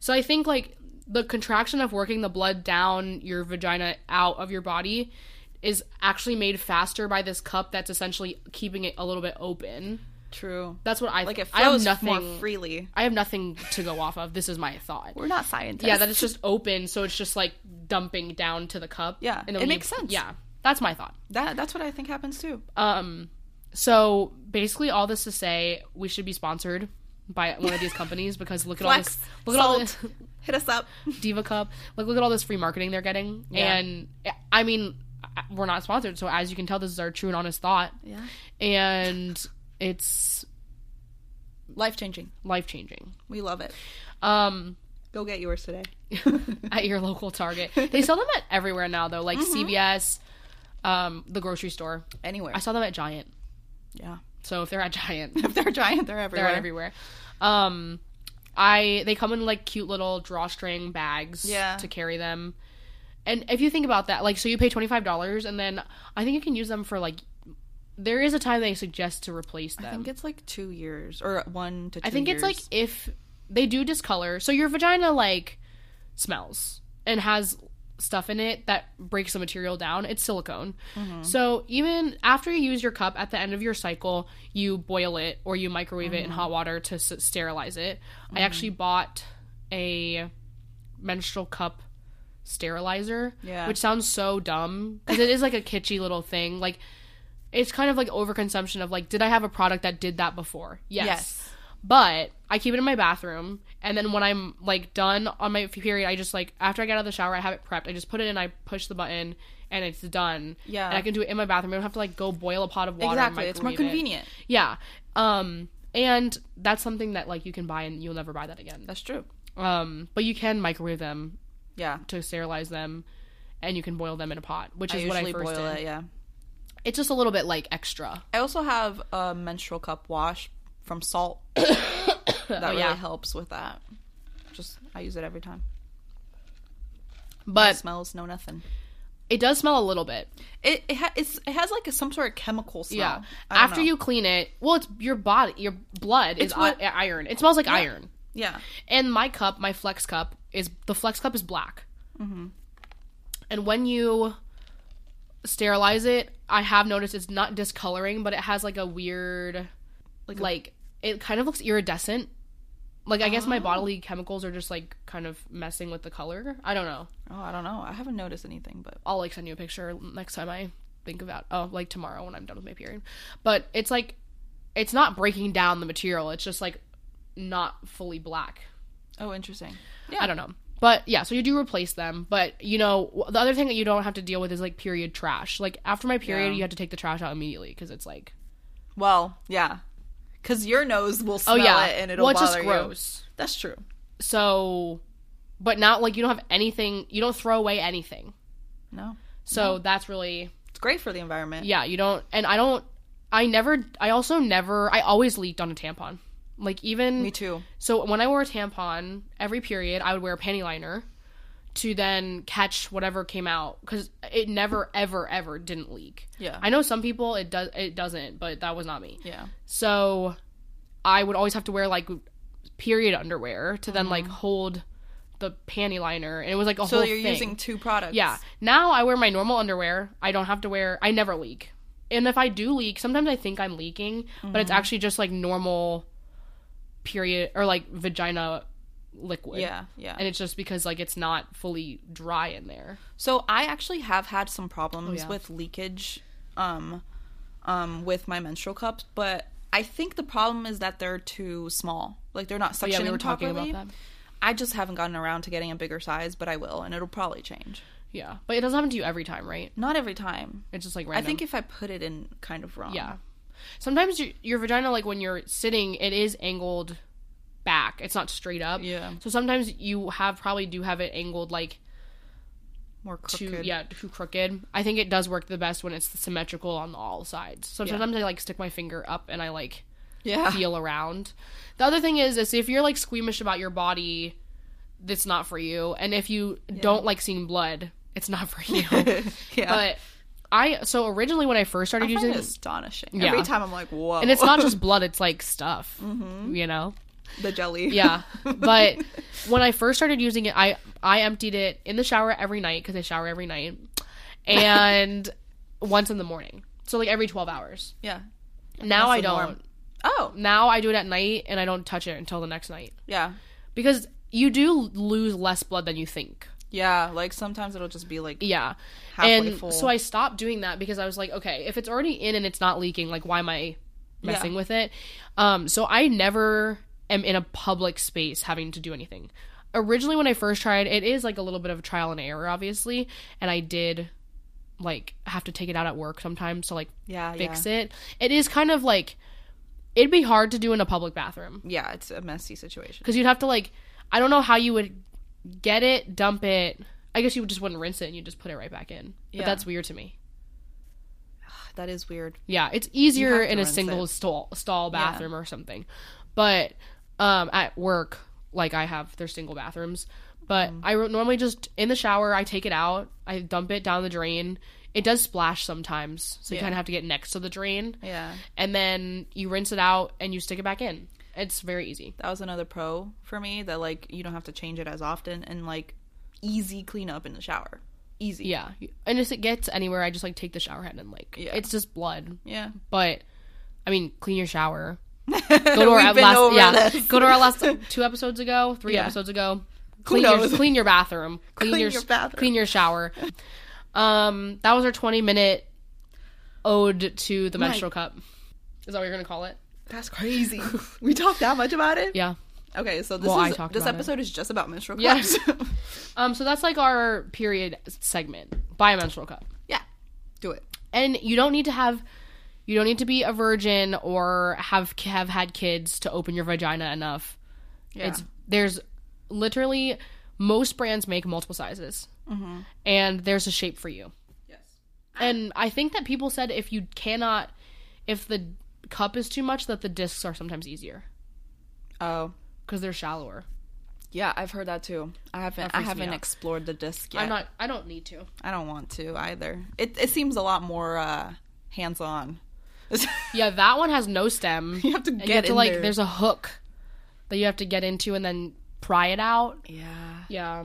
[SPEAKER 1] So I think like the contraction of working the blood down your vagina out of your body is actually made faster by this cup that's essentially keeping it a little bit open.
[SPEAKER 2] True.
[SPEAKER 1] That's what I
[SPEAKER 2] Like it
[SPEAKER 1] I have
[SPEAKER 2] flows
[SPEAKER 1] nothing.
[SPEAKER 2] more freely.
[SPEAKER 1] I have nothing to go off of. This is my thought.
[SPEAKER 2] We're not scientists.
[SPEAKER 1] Yeah, that it's just open, so it's just like dumping down to the cup.
[SPEAKER 2] Yeah,
[SPEAKER 1] then
[SPEAKER 2] it
[SPEAKER 1] when you-
[SPEAKER 2] makes sense.
[SPEAKER 1] Yeah, that's my thought.
[SPEAKER 2] that that's what I think happens too.
[SPEAKER 1] Um, so basically, all this to say, we should be sponsored by one of these companies because look at all this,
[SPEAKER 2] Flex,
[SPEAKER 1] look at all this
[SPEAKER 2] salt. Hit us up.
[SPEAKER 1] Diva Cup, like look at all this free marketing they're getting,
[SPEAKER 2] Yeah.
[SPEAKER 1] and I mean, I- we're not sponsored, so as you can tell, this is our true and honest thought,
[SPEAKER 2] Yeah.
[SPEAKER 1] and it's
[SPEAKER 2] Life changing.
[SPEAKER 1] life changing.
[SPEAKER 2] We love it.
[SPEAKER 1] Um.
[SPEAKER 2] Go get yours today.
[SPEAKER 1] at your local Target. They sell them at everywhere now, though, like CVS, um, the grocery store.
[SPEAKER 2] Anywhere.
[SPEAKER 1] I saw them at Giant.
[SPEAKER 2] Yeah.
[SPEAKER 1] So if they're at Giant,
[SPEAKER 2] If they're giant, they're everywhere.
[SPEAKER 1] they're at everywhere. Um, I they come in like cute little drawstring bags
[SPEAKER 2] Yeah.
[SPEAKER 1] to carry them. And if you think about that, like, so you pay twenty five dollars, and then I think you can use them for like. There is a time they suggest to replace them.
[SPEAKER 2] I think it's like two years or one to two
[SPEAKER 1] I think it's like
[SPEAKER 2] years.
[SPEAKER 1] if they do discolor, so your vagina like smells and has stuff in it that breaks the material down. It's silicone.
[SPEAKER 2] Mm-hmm.
[SPEAKER 1] So even after you use your cup at the end of your cycle, you boil it or you microwave it in hot
[SPEAKER 2] Mm-hmm.
[SPEAKER 1] water to s- sterilize it. I actually bought a menstrual cup sterilizer,
[SPEAKER 2] Yeah.
[SPEAKER 1] which sounds so dumb because it is like a kitschy little thing. Like it's kind of like overconsumption of like, did I have a product that did that before? yes
[SPEAKER 2] yes.
[SPEAKER 1] but I keep it in my bathroom, and then when I'm like done on my period, I just like after I get out of the shower, I have it prepped. I just put it in, I push the button, and it's done.
[SPEAKER 2] Yeah.
[SPEAKER 1] and I can do it in my bathroom. I don't have to like go boil a pot of water. and
[SPEAKER 2] Exactly. It's more
[SPEAKER 1] microwave it.
[SPEAKER 2] convenient.
[SPEAKER 1] Yeah, um, and that's something that like you can buy, and you'll never buy that again.
[SPEAKER 2] That's true.
[SPEAKER 1] Um, but you can microwave them
[SPEAKER 2] Yeah.
[SPEAKER 1] to sterilize them, and you can boil them in a pot, which
[SPEAKER 2] I
[SPEAKER 1] is what I
[SPEAKER 2] usually
[SPEAKER 1] first
[SPEAKER 2] boil
[SPEAKER 1] did.
[SPEAKER 2] it, yeah.
[SPEAKER 1] It's just a little bit like extra.
[SPEAKER 2] I also have a menstrual cup wash from salt. that really
[SPEAKER 1] Oh, yeah.
[SPEAKER 2] helps with that. Just I use it every time.
[SPEAKER 1] But
[SPEAKER 2] smells no nothing.
[SPEAKER 1] it does smell a little bit.
[SPEAKER 2] It it, ha- it's, it has like a, some sort of chemical smell.
[SPEAKER 1] Yeah.
[SPEAKER 2] I don't
[SPEAKER 1] After
[SPEAKER 2] know.
[SPEAKER 1] you clean it, well, it's your body, your blood is
[SPEAKER 2] It's what-
[SPEAKER 1] i- iron. It smells like iron.
[SPEAKER 2] yeah,
[SPEAKER 1] And my cup, my flex cup, is the flex cup is black.
[SPEAKER 2] Mm-hmm.
[SPEAKER 1] And when you sterilize it, I have noticed it's not discoloring, but it has like a weird,
[SPEAKER 2] Like
[SPEAKER 1] like,
[SPEAKER 2] a-
[SPEAKER 1] it kind of looks iridescent. Like I
[SPEAKER 2] Oh.
[SPEAKER 1] guess my bodily chemicals are just like kind of messing with the color. I don't know.
[SPEAKER 2] Oh, I don't know. I haven't noticed anything, but
[SPEAKER 1] I'll like send you a picture next time I think about oh like tomorrow when I'm done with my period. But it's like it's not breaking down the material. It's just like not fully black.
[SPEAKER 2] oh, interesting.
[SPEAKER 1] I don't know. But yeah, so you do replace them. But you know, w- the other thing that you don't have to deal with is like period trash. Like after my period,
[SPEAKER 2] Yeah.
[SPEAKER 1] you have to take the trash out immediately because it's like
[SPEAKER 2] Well, yeah, because your nose will
[SPEAKER 1] oh
[SPEAKER 2] smell
[SPEAKER 1] yeah,
[SPEAKER 2] it and it'll
[SPEAKER 1] well it's
[SPEAKER 2] bother
[SPEAKER 1] just gross.
[SPEAKER 2] you. That's true.
[SPEAKER 1] So, but not like you don't have anything. You don't throw away anything.
[SPEAKER 2] No,
[SPEAKER 1] So that's really
[SPEAKER 2] it's great for the environment.
[SPEAKER 1] yeah. You don't and I don't. I never. I also never. I always leaked on a tampon. Like even
[SPEAKER 2] Me too.
[SPEAKER 1] So when I wore a tampon every period, I would wear a panty liner to then catch whatever came out because it never, ever, ever didn't leak.
[SPEAKER 2] Yeah.
[SPEAKER 1] I know some people it does, it doesn't, but that was not me.
[SPEAKER 2] yeah.
[SPEAKER 1] So I would always have to wear like period underwear to then like hold the panty liner, and it was like a
[SPEAKER 2] Mm-hmm. So
[SPEAKER 1] whole
[SPEAKER 2] you're
[SPEAKER 1] thing.
[SPEAKER 2] using two products.
[SPEAKER 1] yeah. Now I wear my normal underwear. I don't have to wear. I never leak. And if I do leak, sometimes I think I'm leaking, but
[SPEAKER 2] Mm-hmm.
[SPEAKER 1] it's actually just like normal period or like vagina liquid.
[SPEAKER 2] Yeah. Yeah.
[SPEAKER 1] And it's just because like it's not fully dry in there.
[SPEAKER 2] So I actually have had some problems
[SPEAKER 1] Oh, yeah.
[SPEAKER 2] with leakage um um with my menstrual cups, but I think the problem is that they're too small. Like they're not suctioning
[SPEAKER 1] Oh, yeah, we were talking
[SPEAKER 2] properly.
[SPEAKER 1] about that.
[SPEAKER 2] I just haven't gotten around to getting a bigger size, but I will and it'll probably change.
[SPEAKER 1] Yeah. But it doesn't happen to you every time, right?
[SPEAKER 2] Not every time.
[SPEAKER 1] It's just like
[SPEAKER 2] I
[SPEAKER 1] random.
[SPEAKER 2] think if I put it in kind of wrong.
[SPEAKER 1] yeah. Sometimes your, your vagina like when you're sitting, it is angled back. It's not straight up.
[SPEAKER 2] Yeah.
[SPEAKER 1] So sometimes you have probably do have it angled like
[SPEAKER 2] More
[SPEAKER 1] too
[SPEAKER 2] crooked.
[SPEAKER 1] yeah too crooked. I think it does work the best when it's symmetrical on all sides. So sometimes I like stick my finger up and I like
[SPEAKER 2] Yeah.
[SPEAKER 1] feel around. The other thing is is if you're like squeamish about your body, that's not for you. And if you don't like seeing blood, it's not for you.
[SPEAKER 2] yeah.
[SPEAKER 1] But I so originally when I first started
[SPEAKER 2] I
[SPEAKER 1] using
[SPEAKER 2] find it astonishing.
[SPEAKER 1] Yeah.
[SPEAKER 2] Every time I'm like, whoa.
[SPEAKER 1] and it's not just blood, it's like stuff.
[SPEAKER 2] Mm-hmm.
[SPEAKER 1] You know?
[SPEAKER 2] the jelly.
[SPEAKER 1] Yeah. But when I first started using it, I I emptied it in the shower every night because I shower every night, and once in the morning. So like every twelve hours.
[SPEAKER 2] yeah.
[SPEAKER 1] Now I
[SPEAKER 2] the
[SPEAKER 1] don't.
[SPEAKER 2] norm. Oh.
[SPEAKER 1] Now I do it at night and I don't touch it until the next night
[SPEAKER 2] Yeah.
[SPEAKER 1] because you do lose less blood than you think.
[SPEAKER 2] Yeah. Like sometimes it'll just be like
[SPEAKER 1] Yeah.
[SPEAKER 2] Halfway
[SPEAKER 1] and
[SPEAKER 2] full.
[SPEAKER 1] so I stopped doing that because I was like, okay, if it's already in and it's not leaking, like why am I messing
[SPEAKER 2] Yeah.
[SPEAKER 1] with it? Um so I never am in a public space having to do anything. Originally when I first tried, it is like a little bit of trial and error obviously, and I did like have to take it out at work sometimes to like
[SPEAKER 2] yeah,
[SPEAKER 1] fix it. It is kind of like it'd be hard to do in a public bathroom
[SPEAKER 2] Yeah, it's a messy situation.
[SPEAKER 1] cuz you'd have to like I don't know how you would get it, dump it. I guess you just wouldn't rinse it and you just put it right back in.
[SPEAKER 2] Yeah.
[SPEAKER 1] But that's weird to me.
[SPEAKER 2] That is weird.
[SPEAKER 1] Yeah, it's easier
[SPEAKER 2] have to
[SPEAKER 1] in a
[SPEAKER 2] rinse
[SPEAKER 1] single stall stall bathroom or something. But um at work, like I have their single bathrooms, but
[SPEAKER 2] Mm-hmm.
[SPEAKER 1] I ro- normally just in the shower, I take it out, I dump it down the drain. It does splash sometimes, so you
[SPEAKER 2] Yeah.
[SPEAKER 1] kind of have to get next to the drain,
[SPEAKER 2] Yeah.
[SPEAKER 1] and then you rinse it out and you stick it back in. It's very easy.
[SPEAKER 2] That was another pro for me that like you don't have to change it as often and like easy cleanup in the shower. Easy.
[SPEAKER 1] Yeah, and if it gets anywhere, I just like take the shower head and like
[SPEAKER 2] Yeah.
[SPEAKER 1] it's just blood.
[SPEAKER 2] Yeah.
[SPEAKER 1] But I mean, clean your shower. go
[SPEAKER 2] Go
[SPEAKER 1] to our last yeah
[SPEAKER 2] this.
[SPEAKER 1] go to our last two episodes ago three
[SPEAKER 2] Yeah.
[SPEAKER 1] episodes ago clean your
[SPEAKER 2] knows?
[SPEAKER 1] clean your bathroom clean,
[SPEAKER 2] Clean
[SPEAKER 1] your,
[SPEAKER 2] your bathroom.
[SPEAKER 1] clean your shower um that was our 20 minute ode to the menstrual cup is that what you're gonna call it
[SPEAKER 2] That's crazy. we talked that much about it?
[SPEAKER 1] yeah
[SPEAKER 2] Okay, so this
[SPEAKER 1] Well, I
[SPEAKER 2] is
[SPEAKER 1] talked
[SPEAKER 2] this
[SPEAKER 1] about it.
[SPEAKER 2] episode is just about menstrual
[SPEAKER 1] Yeah.
[SPEAKER 2] cups.
[SPEAKER 1] um so that's like our period segment buy a menstrual cup
[SPEAKER 2] yeah. Do it.
[SPEAKER 1] and you don't need to have you don't need to be a virgin or have have had kids to open your vagina enough
[SPEAKER 2] Yeah.
[SPEAKER 1] It's there's literally most brands make multiple sizes,
[SPEAKER 2] Mm-hmm.
[SPEAKER 1] and there's a shape for you.
[SPEAKER 2] yes.
[SPEAKER 1] And I think that people said if you cannot, if the cup is too much, that the discs are sometimes easier
[SPEAKER 2] Oh.
[SPEAKER 1] because they're shallower.
[SPEAKER 2] Yeah, I've heard that too. I haven't I
[SPEAKER 1] freaks me
[SPEAKER 2] haven't
[SPEAKER 1] out.
[SPEAKER 2] explored the disc yet.
[SPEAKER 1] I'm not. I don't need to.
[SPEAKER 2] I don't want to either. It it seems a lot more uh hands on.
[SPEAKER 1] Yeah, that one has no stem.
[SPEAKER 2] You have to
[SPEAKER 1] and
[SPEAKER 2] get
[SPEAKER 1] you have to
[SPEAKER 2] in
[SPEAKER 1] like.
[SPEAKER 2] there.
[SPEAKER 1] There's a hook that you have to get into and then pry it out.
[SPEAKER 2] Yeah.
[SPEAKER 1] Yeah.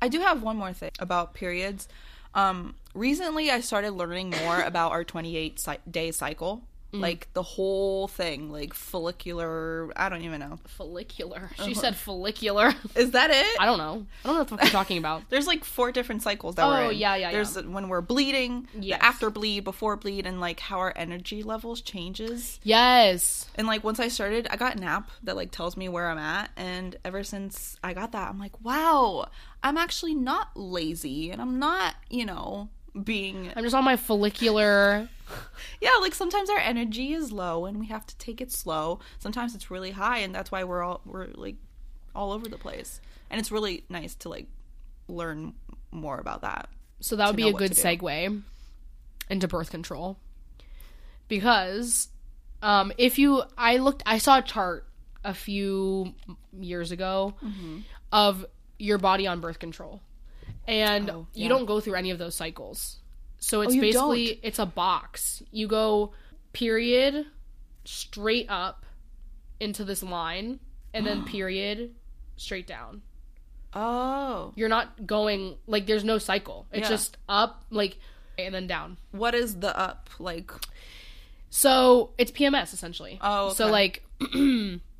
[SPEAKER 2] I do have one more thing about periods. Um, recently, I started learning more about our 28 cy- day cycle.
[SPEAKER 1] Mm.
[SPEAKER 2] Like the whole thing, like follicular. I don't even know.
[SPEAKER 1] Follicular. She said follicular.
[SPEAKER 2] Is that it?
[SPEAKER 1] I don't know. I don't know what the fuck you're talking about.
[SPEAKER 2] There's like four different cycles that
[SPEAKER 1] Oh,
[SPEAKER 2] we're in.
[SPEAKER 1] yeah, yeah,
[SPEAKER 2] There's
[SPEAKER 1] yeah.
[SPEAKER 2] the- when we're bleeding,
[SPEAKER 1] Yes.
[SPEAKER 2] the after bleed, before bleed, and like how our energy levels changes.
[SPEAKER 1] Yes.
[SPEAKER 2] And like once I started, I got an app that like tells me where I'm at, and ever since I got that, I'm like, wow, I'm actually not lazy, and I'm not, you know, being
[SPEAKER 1] I'm just on my follicular.
[SPEAKER 2] yeah. Like sometimes our energy is low, and we have to take it slow. Sometimes it's really high, and that's why we're all we're like all over the place. And it's really nice to like learn more about that.
[SPEAKER 1] So that would be
[SPEAKER 2] know
[SPEAKER 1] a
[SPEAKER 2] what to
[SPEAKER 1] good
[SPEAKER 2] do.
[SPEAKER 1] segue into birth control. Because um, if you, I looked, I saw a chart a few years ago
[SPEAKER 2] Mm-hmm.
[SPEAKER 1] of your body on birth control. And
[SPEAKER 2] Oh,
[SPEAKER 1] you
[SPEAKER 2] yeah. Oh,
[SPEAKER 1] don't go through any of those cycles. So it's
[SPEAKER 2] you
[SPEAKER 1] basically, it's a box. You go period, straight up into this line, and then period, straight down
[SPEAKER 2] Oh,
[SPEAKER 1] you're not going like there's no cycle. It's
[SPEAKER 2] Yeah.
[SPEAKER 1] just up like and then down.
[SPEAKER 2] what is the up like?
[SPEAKER 1] So it's PMS essentially.
[SPEAKER 2] Oh,
[SPEAKER 1] so
[SPEAKER 2] okay.
[SPEAKER 1] like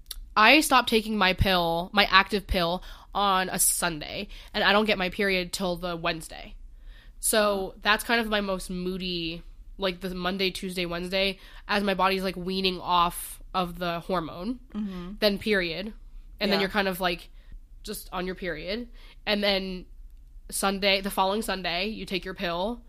[SPEAKER 1] I stopped taking my pill, my active pill, on a Sunday, and I don't get my period till the Wednesday. So that's kind of my most moody, like the Monday, Tuesday, Wednesday, as my body's like weaning off of the hormone, then period, and then
[SPEAKER 2] Mm-hmm. Yeah.
[SPEAKER 1] you're kind of like just on your period, and then Sunday, the following Sunday, you take your pill,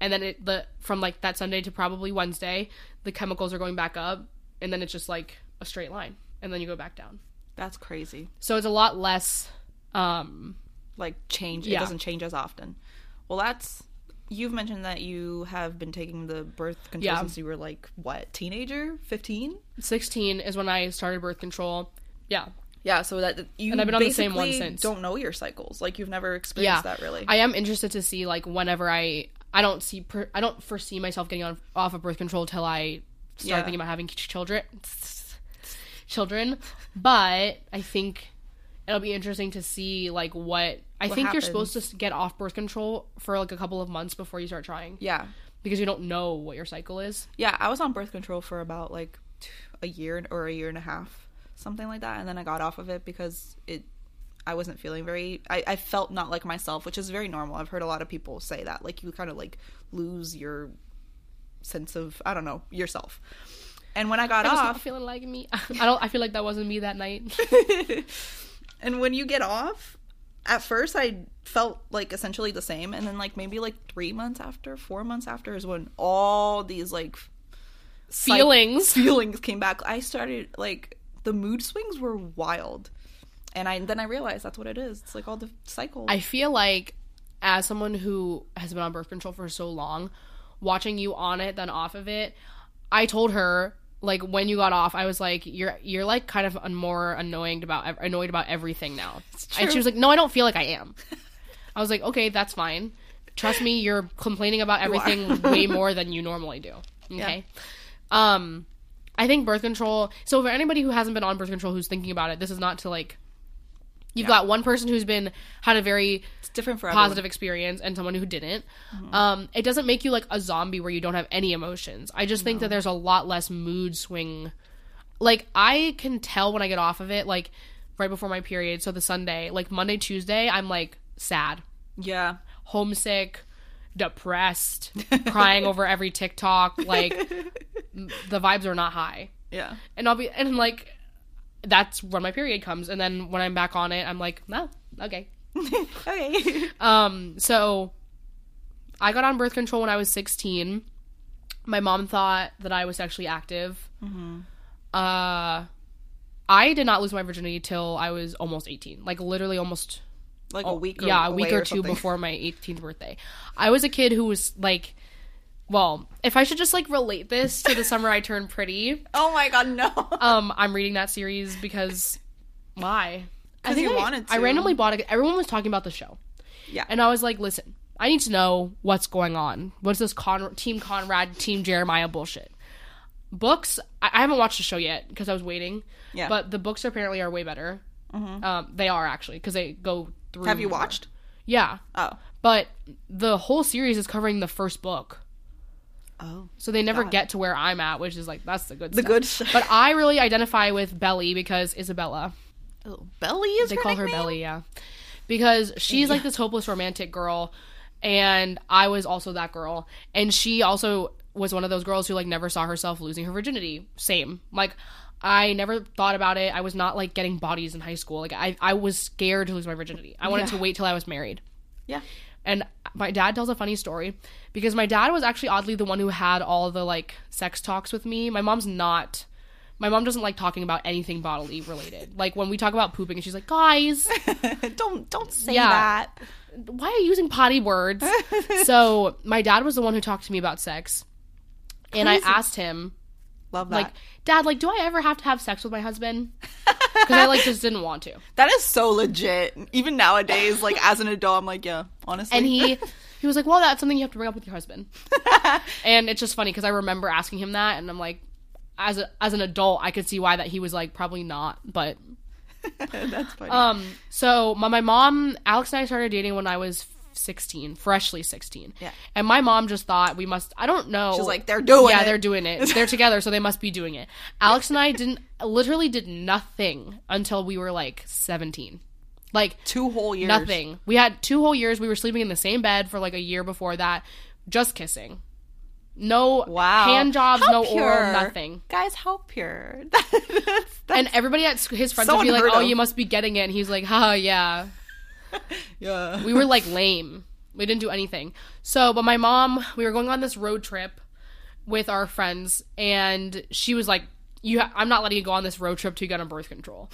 [SPEAKER 1] and then it the from like that Sunday to probably Wednesday, the chemicals are going back up, and then it's just like a straight line, and then you go back down.
[SPEAKER 2] That's crazy.
[SPEAKER 1] So it's a lot less. Um,
[SPEAKER 2] Like change.
[SPEAKER 1] Yeah.
[SPEAKER 2] It doesn't change as often. Well, that's you've mentioned that you have been taking the birth control
[SPEAKER 1] Yeah.
[SPEAKER 2] since you were like what teenager, fifteen?
[SPEAKER 1] 16 is when I started birth control. Yeah,
[SPEAKER 2] Yeah. So that you
[SPEAKER 1] And I've been on the same one
[SPEAKER 2] basically
[SPEAKER 1] since.
[SPEAKER 2] Don't know your cycles. Like you've never
[SPEAKER 1] yeah.
[SPEAKER 2] experienced that really.
[SPEAKER 1] I am interested to see like whenever I I don't see per, I don't foresee myself getting on off of birth control till I start
[SPEAKER 2] Yeah.
[SPEAKER 1] thinking about having ch- children. Children, but I think it'll be interesting to see like what I think you're supposed to s- get off birth control for like a couple of months before you start trying
[SPEAKER 2] yeah.
[SPEAKER 1] because you don't know what your cycle is.
[SPEAKER 2] Yeah. I was on birth control for about like t- a year or a year and a half, something like that, and then I got off of it because it. I wasn't feeling very. I, I felt not like myself, which is very normal. I've heard a lot of people say that. Like you kind of like lose your sense of I don't know yourself. And when I got
[SPEAKER 1] I'm just
[SPEAKER 2] off,
[SPEAKER 1] not feeling like me. I don't. I feel like that wasn't me that night.
[SPEAKER 2] and when you get off at first i felt like essentially the same and then like maybe like three months after four months after is when all these like psych-
[SPEAKER 1] Feelings.
[SPEAKER 2] feelings came back i started like the mood swings were wild and i then i realized that's what it is it's like all the cycle
[SPEAKER 1] I feel like as someone who has been on birth control for so long, watching you on it then off of it, I told her like when you got off, I was like, "You're you're like kind of un- more annoying about annoyed about everything now," and she
[SPEAKER 2] true.
[SPEAKER 1] was like, "No, I don't feel like I am." I was like, "Okay, that's fine. Trust me, you're complaining about everything way more than you normally do." Okay. Um, I think birth control. So for anybody who hasn't been on birth control who's thinking about it, this is not to like. You've got one person who's been had a very
[SPEAKER 2] it's different for everyone.
[SPEAKER 1] positive experience and someone who didn't. Um, it doesn't make you like a zombie where you don't have any emotions. I just think that there's a lot less mood swing. Like I can tell when I get off of it, like right before my period, so the Sunday, like Monday, Tuesday, I'm like sad,
[SPEAKER 2] yeah
[SPEAKER 1] homesick, depressed, crying over every TikTok. Like m- the vibes are not high
[SPEAKER 2] yeah
[SPEAKER 1] and I'll be and like that's when my period comes and then when I'm back on it I'm like no okay
[SPEAKER 2] okay
[SPEAKER 1] um so I got on birth control when I was 16 my mom thought that I was sexually active
[SPEAKER 2] Mm-hmm.
[SPEAKER 1] uh I did not lose my virginity till I was almost 18 like literally almost
[SPEAKER 2] like a week or
[SPEAKER 1] Oh, yeah, a week
[SPEAKER 2] away
[SPEAKER 1] or, two
[SPEAKER 2] something.
[SPEAKER 1] before my 18th birthday. I was a kid who was like, well, if I should just like relate this to the summer I turned pretty,
[SPEAKER 2] oh my god no
[SPEAKER 1] um, I'm reading that series because why? I
[SPEAKER 2] 'Cause
[SPEAKER 1] think
[SPEAKER 2] you
[SPEAKER 1] I,
[SPEAKER 2] wanted
[SPEAKER 1] I
[SPEAKER 2] to.
[SPEAKER 1] randomly bought it. Everyone was talking about the show.
[SPEAKER 2] Yeah.
[SPEAKER 1] And um, I was like, listen, I need to know what's going on. What's this Con- Team Conrad, Team Jeremiah bullshit? Books, I, I haven't watched the show yet because I was waiting.
[SPEAKER 2] Yeah. Mm-hmm.
[SPEAKER 1] But the books apparently are way better. Um, they are actually because they go through.
[SPEAKER 2] have you
[SPEAKER 1] more.
[SPEAKER 2] watched
[SPEAKER 1] Yeah.
[SPEAKER 2] oh
[SPEAKER 1] But the whole series is covering the first book.
[SPEAKER 2] Oh.
[SPEAKER 1] So they never
[SPEAKER 2] Got it.
[SPEAKER 1] get to where I'm at, which is like that's the good
[SPEAKER 2] The
[SPEAKER 1] stuff.
[SPEAKER 2] good stuff.
[SPEAKER 1] But I really identify with Belly because Isabella.
[SPEAKER 2] Oh, Belly is
[SPEAKER 1] They
[SPEAKER 2] her
[SPEAKER 1] call her
[SPEAKER 2] nickname?
[SPEAKER 1] Belly, yeah. Because she's like this hopeless romantic girl and I was also that girl and she also was one of those girls who like never saw herself losing her virginity. Same. Like I never thought about it. I was not like getting bodies in high school. Like I I was scared to lose my virginity. I wanted
[SPEAKER 2] Yeah.
[SPEAKER 1] to wait till I was married.
[SPEAKER 2] Yeah.
[SPEAKER 1] And my dad tells a funny story because my dad was actually oddly the one who had all the like sex talks with me. My mom's not. My mom doesn't like talking about anything bodily related. Like when we talk about pooping, she's like, "Guys,
[SPEAKER 2] don't don't say
[SPEAKER 1] Yeah.
[SPEAKER 2] that.
[SPEAKER 1] why are you using potty words?" so my dad was the one who talked to me about sex, and I
[SPEAKER 2] Crazy.
[SPEAKER 1] asked him,
[SPEAKER 2] Love that.
[SPEAKER 1] like, "Dad, like, do I ever have to have sex with my husband?" Because I like just didn't want to.
[SPEAKER 2] that is so legit. Even nowadays, like as an adult, I'm like, yeah, honestly.
[SPEAKER 1] and he he was like, "Well, that's something you have to bring up with your husband." and it's just funny because I remember asking him that, and I'm like, as a, as an adult, I could see why that he was like probably not, but
[SPEAKER 2] That's funny.
[SPEAKER 1] um. So my my mom, Alex and I started dating when I was. 16 freshly 16
[SPEAKER 2] Yeah.
[SPEAKER 1] and my mom just thought we must i don't know
[SPEAKER 2] She's like, they're doing
[SPEAKER 1] yeah
[SPEAKER 2] it.
[SPEAKER 1] they're doing it they're together so they must be doing it alex and i didn't literally did nothing until we were like 17 like
[SPEAKER 2] Two whole years.
[SPEAKER 1] Nothing. We had two whole years. We were sleeping in the same bed for like a year before that, just kissing. No
[SPEAKER 2] Wow.
[SPEAKER 1] hand jobs,
[SPEAKER 2] How
[SPEAKER 1] no
[SPEAKER 2] pure.
[SPEAKER 1] oral, nothing.
[SPEAKER 2] Guys, how pure. That's-
[SPEAKER 1] And everybody at sc- his friends
[SPEAKER 2] So
[SPEAKER 1] would be like,
[SPEAKER 2] unheard
[SPEAKER 1] "Oh,
[SPEAKER 2] of."
[SPEAKER 1] you must be getting it." And he's like, "Ha, yeah."
[SPEAKER 2] yeah.
[SPEAKER 1] We were like lame. We didn't do anything. So, but my mom, we were going on this road trip with our friends, and she was like, "You, ha- I'm not letting you go on this road trip to get on birth control."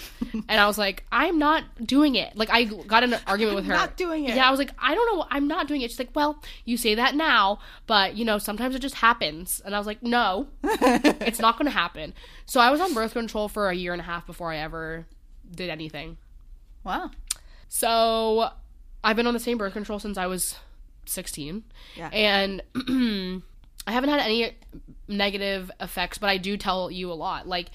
[SPEAKER 1] and I was like, "I'm not doing it." Like I got in an argument with her.
[SPEAKER 2] not doing it.
[SPEAKER 1] Yeah, I was like, "I don't know. I'm not doing it." She's like, "Well, you say that now, but you know, sometimes it just happens." And I was like, "No, it's not going to happen." So I was on birth control for a year and a half before I ever did anything.
[SPEAKER 2] wow.
[SPEAKER 1] So I've been on the same birth control since I was 16.
[SPEAKER 2] Yeah.
[SPEAKER 1] And I haven't had any negative effects, but I do tell you a lot. Like,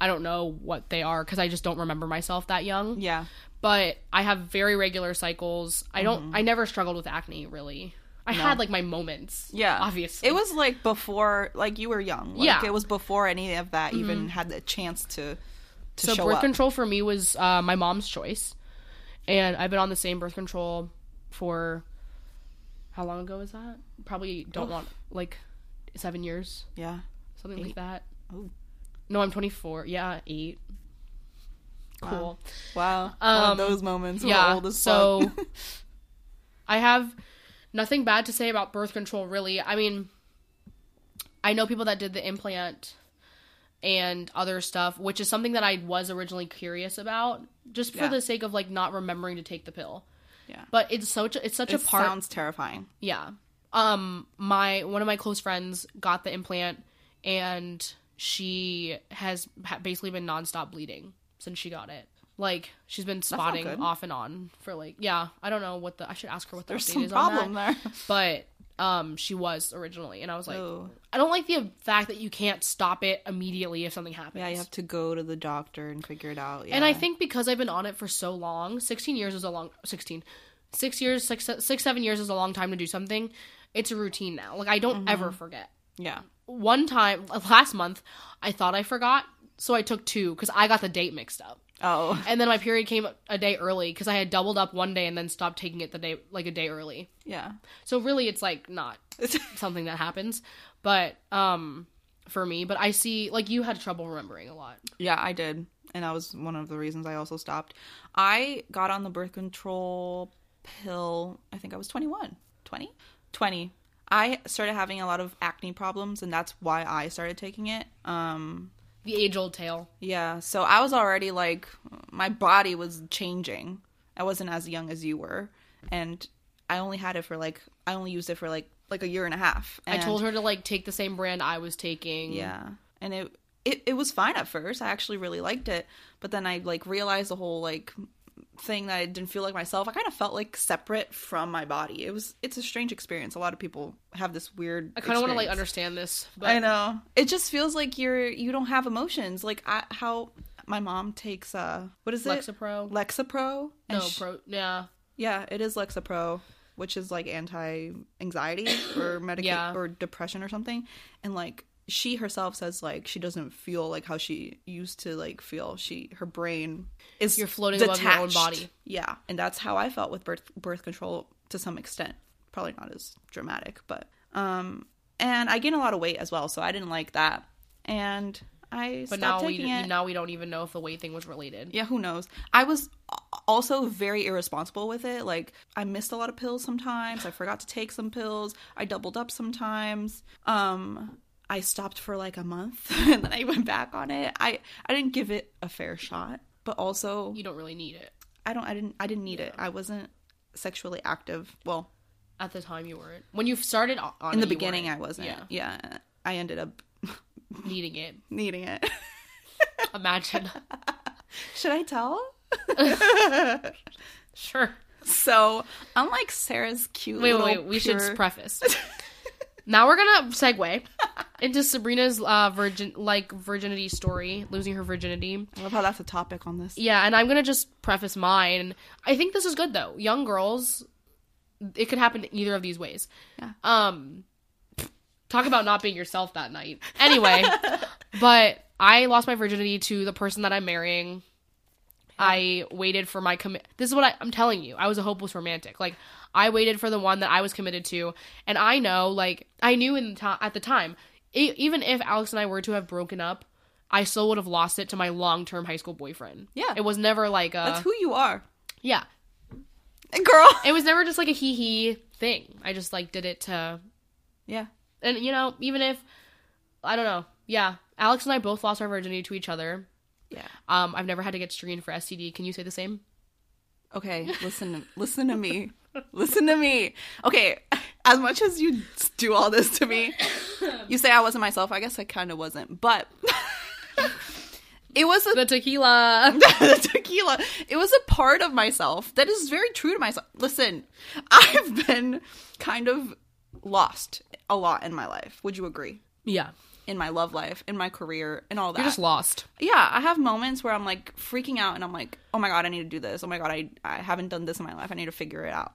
[SPEAKER 1] I don't know what they are because I just don't remember myself that young.
[SPEAKER 2] Yeah.
[SPEAKER 1] But I have very regular cycles. I don't,
[SPEAKER 2] Mm-hmm.
[SPEAKER 1] I never struggled with acne really. I had like my moments.
[SPEAKER 2] Yeah.
[SPEAKER 1] Obviously.
[SPEAKER 2] It was like before, like you were young. Like,
[SPEAKER 1] Yeah. Mm-hmm.
[SPEAKER 2] It was before any of that even had the chance to, to
[SPEAKER 1] so
[SPEAKER 2] show
[SPEAKER 1] birth
[SPEAKER 2] up.
[SPEAKER 1] control for me was uh, my mom's choice and i've been on the same birth control for how long ago was that probably don't
[SPEAKER 2] Oh.
[SPEAKER 1] want like seven years
[SPEAKER 2] yeah.
[SPEAKER 1] something like that
[SPEAKER 2] Ooh.
[SPEAKER 1] no i'm 24 yeah eight cool
[SPEAKER 2] Wow. One
[SPEAKER 1] Um,
[SPEAKER 2] of those moments.
[SPEAKER 1] yeah,
[SPEAKER 2] Yeah. Old as
[SPEAKER 1] so-
[SPEAKER 2] fuck.
[SPEAKER 1] i have nothing bad to say about birth control really i mean i know people that did the implant and other stuff which is something that i was originally curious about just for
[SPEAKER 2] Yeah.
[SPEAKER 1] the sake of like not remembering to take the pill
[SPEAKER 2] yeah.
[SPEAKER 1] but it's such a, it's such
[SPEAKER 2] It
[SPEAKER 1] a part
[SPEAKER 2] sounds terrifying.
[SPEAKER 1] yeah um my one of my close friends got the implant and she has ha- basically been nonstop bleeding since she got it like she's been
[SPEAKER 2] not
[SPEAKER 1] spotting
[SPEAKER 2] good.
[SPEAKER 1] off and on for like yeah i don't know what the i should ask her what the
[SPEAKER 2] There's
[SPEAKER 1] update
[SPEAKER 2] some
[SPEAKER 1] is
[SPEAKER 2] problem Oh.
[SPEAKER 1] on that
[SPEAKER 2] there.
[SPEAKER 1] but um she was originally and i was like
[SPEAKER 2] Ooh.
[SPEAKER 1] i don't like the fact that you can't stop it immediately if something happens
[SPEAKER 2] Yeah, you have to go to the doctor and figure it out. Yeah.
[SPEAKER 1] and I think because I've been on it for so long, 16 years is a long 16. 6 years, six, six, seven years is a long time to do something. It's a routine now. Like I don't ever forget.
[SPEAKER 2] yeah.
[SPEAKER 1] One time last month, I thought I forgot, so I took two cuz I got the date mixed up.
[SPEAKER 2] Oh,
[SPEAKER 1] And then my period came a day early cuz I had doubled up one day and then stopped taking it the day like a day early.
[SPEAKER 2] yeah.
[SPEAKER 1] So really it's like not something that happens, but um for me, but I see like you had trouble remembering a lot.
[SPEAKER 2] yeah, I did. And that was one of the reasons I also stopped. I got on the birth control pill, I think I was 21. 20? 20. I started having a lot of acne problems, and that's why I started taking it. Um,
[SPEAKER 1] The age old tale.
[SPEAKER 2] Yeah, so I was already like my body was changing. I wasn't as young as you were, and I only had it for like I only used it for like like a year and a half.
[SPEAKER 1] I
[SPEAKER 2] And-
[SPEAKER 1] told her to like take the same brand I was taking.
[SPEAKER 2] yeah, and it it it was fine at first. I actually really liked it, but then I like realized the whole like thing that I didn't feel like myself. I kind of felt like separate from my body. It was it's a strange experience. A lot of people have this weird.
[SPEAKER 1] I kind of want to like understand
[SPEAKER 2] understand.
[SPEAKER 1] this, but
[SPEAKER 2] I know. It just feels like you're you don't have emotions. Like I, how my mom takes uh what is it?
[SPEAKER 1] Lexapro.
[SPEAKER 2] Lexapro.
[SPEAKER 1] no
[SPEAKER 2] And sh-
[SPEAKER 1] pro. Yeah,
[SPEAKER 2] yeah, it is Lexapro, which is like anti-anxiety or medica-
[SPEAKER 1] Yeah.
[SPEAKER 2] or depression or something, and like she herself says like she doesn't feel like how she used to like feel. She her brain is
[SPEAKER 1] You're floating above your own body.
[SPEAKER 2] Yeah, and that's how I felt with birth birth control to some extent. Probably not as dramatic, but um, and I gained a lot of weight as well, so I didn't like that, and I
[SPEAKER 1] But
[SPEAKER 2] stopped
[SPEAKER 1] now we
[SPEAKER 2] taking it.
[SPEAKER 1] now we don't even know if the weight thing was related.
[SPEAKER 2] Yeah, who knows? I was also very irresponsible with it. Like I missed a lot of pills sometimes. I forgot to take some pills. I doubled up sometimes. Um I stopped for like a month and then I went back on it. I I didn't give it a fair shot, but also
[SPEAKER 1] You don't really need it
[SPEAKER 2] I don't I didn't I didn't need it. I wasn't sexually active. Well,
[SPEAKER 1] at the time you weren't. When you started o- on
[SPEAKER 2] in the
[SPEAKER 1] it, you
[SPEAKER 2] beginning I
[SPEAKER 1] weren't
[SPEAKER 2] wasn't.
[SPEAKER 1] Yeah.
[SPEAKER 2] yeah. I ended up
[SPEAKER 1] needing it.
[SPEAKER 2] needing it.
[SPEAKER 1] Imagine.
[SPEAKER 2] Should I tell?
[SPEAKER 1] sure.
[SPEAKER 2] So, unlike Sarah's cute
[SPEAKER 1] Wait, wait,
[SPEAKER 2] little
[SPEAKER 1] wait. We should
[SPEAKER 2] pure-
[SPEAKER 1] preface. now we're gonna segue into Sabrina's uh, virgin like virginity story, losing her virginity.
[SPEAKER 2] I love how that's a topic on this.
[SPEAKER 1] Yeah, and I'm gonna just preface mine. I think this is good though. Young girls, it could happen either of these ways.
[SPEAKER 2] Yeah.
[SPEAKER 1] Um, talk about not being yourself that night. Anyway, but I lost my virginity to the person that I'm marrying. I waited for my commit. This is what I, I'm telling you. I was a hopeless romantic. Like I waited for the one that I was committed to, and I know, like I knew in the to- at the time, e- even if Alex and I were to have broken up, I still would have lost it to my long term high school boyfriend.
[SPEAKER 2] Yeah.
[SPEAKER 1] it was never like a
[SPEAKER 2] That's who you are,
[SPEAKER 1] yeah.
[SPEAKER 2] girl.
[SPEAKER 1] It was never just like a hee hee thing. I just like did it to
[SPEAKER 2] Yeah,
[SPEAKER 1] and you know, even if I don't know, yeah, Alex and I both lost our virginity to each other.
[SPEAKER 2] yeah.
[SPEAKER 1] Um, I've never had to get screened for STD. Can you say the same?
[SPEAKER 2] Okay, listen, listen to me, listen to me. Okay, as much as you do all this to me, you say I wasn't myself. I guess I kind of wasn't, but it was a
[SPEAKER 1] The tequila.
[SPEAKER 2] the tequila. It was a part of myself that is very true to myself. Listen, I've been kind of lost a lot in my life. Would you agree?
[SPEAKER 1] yeah,
[SPEAKER 2] In my love life, in my career, and all that.
[SPEAKER 1] you're just lost.
[SPEAKER 2] yeah, I have moments where I'm like freaking out and I'm like, oh my god, I need to do this. Oh my god, I I haven't done this in my life. I need to figure it out.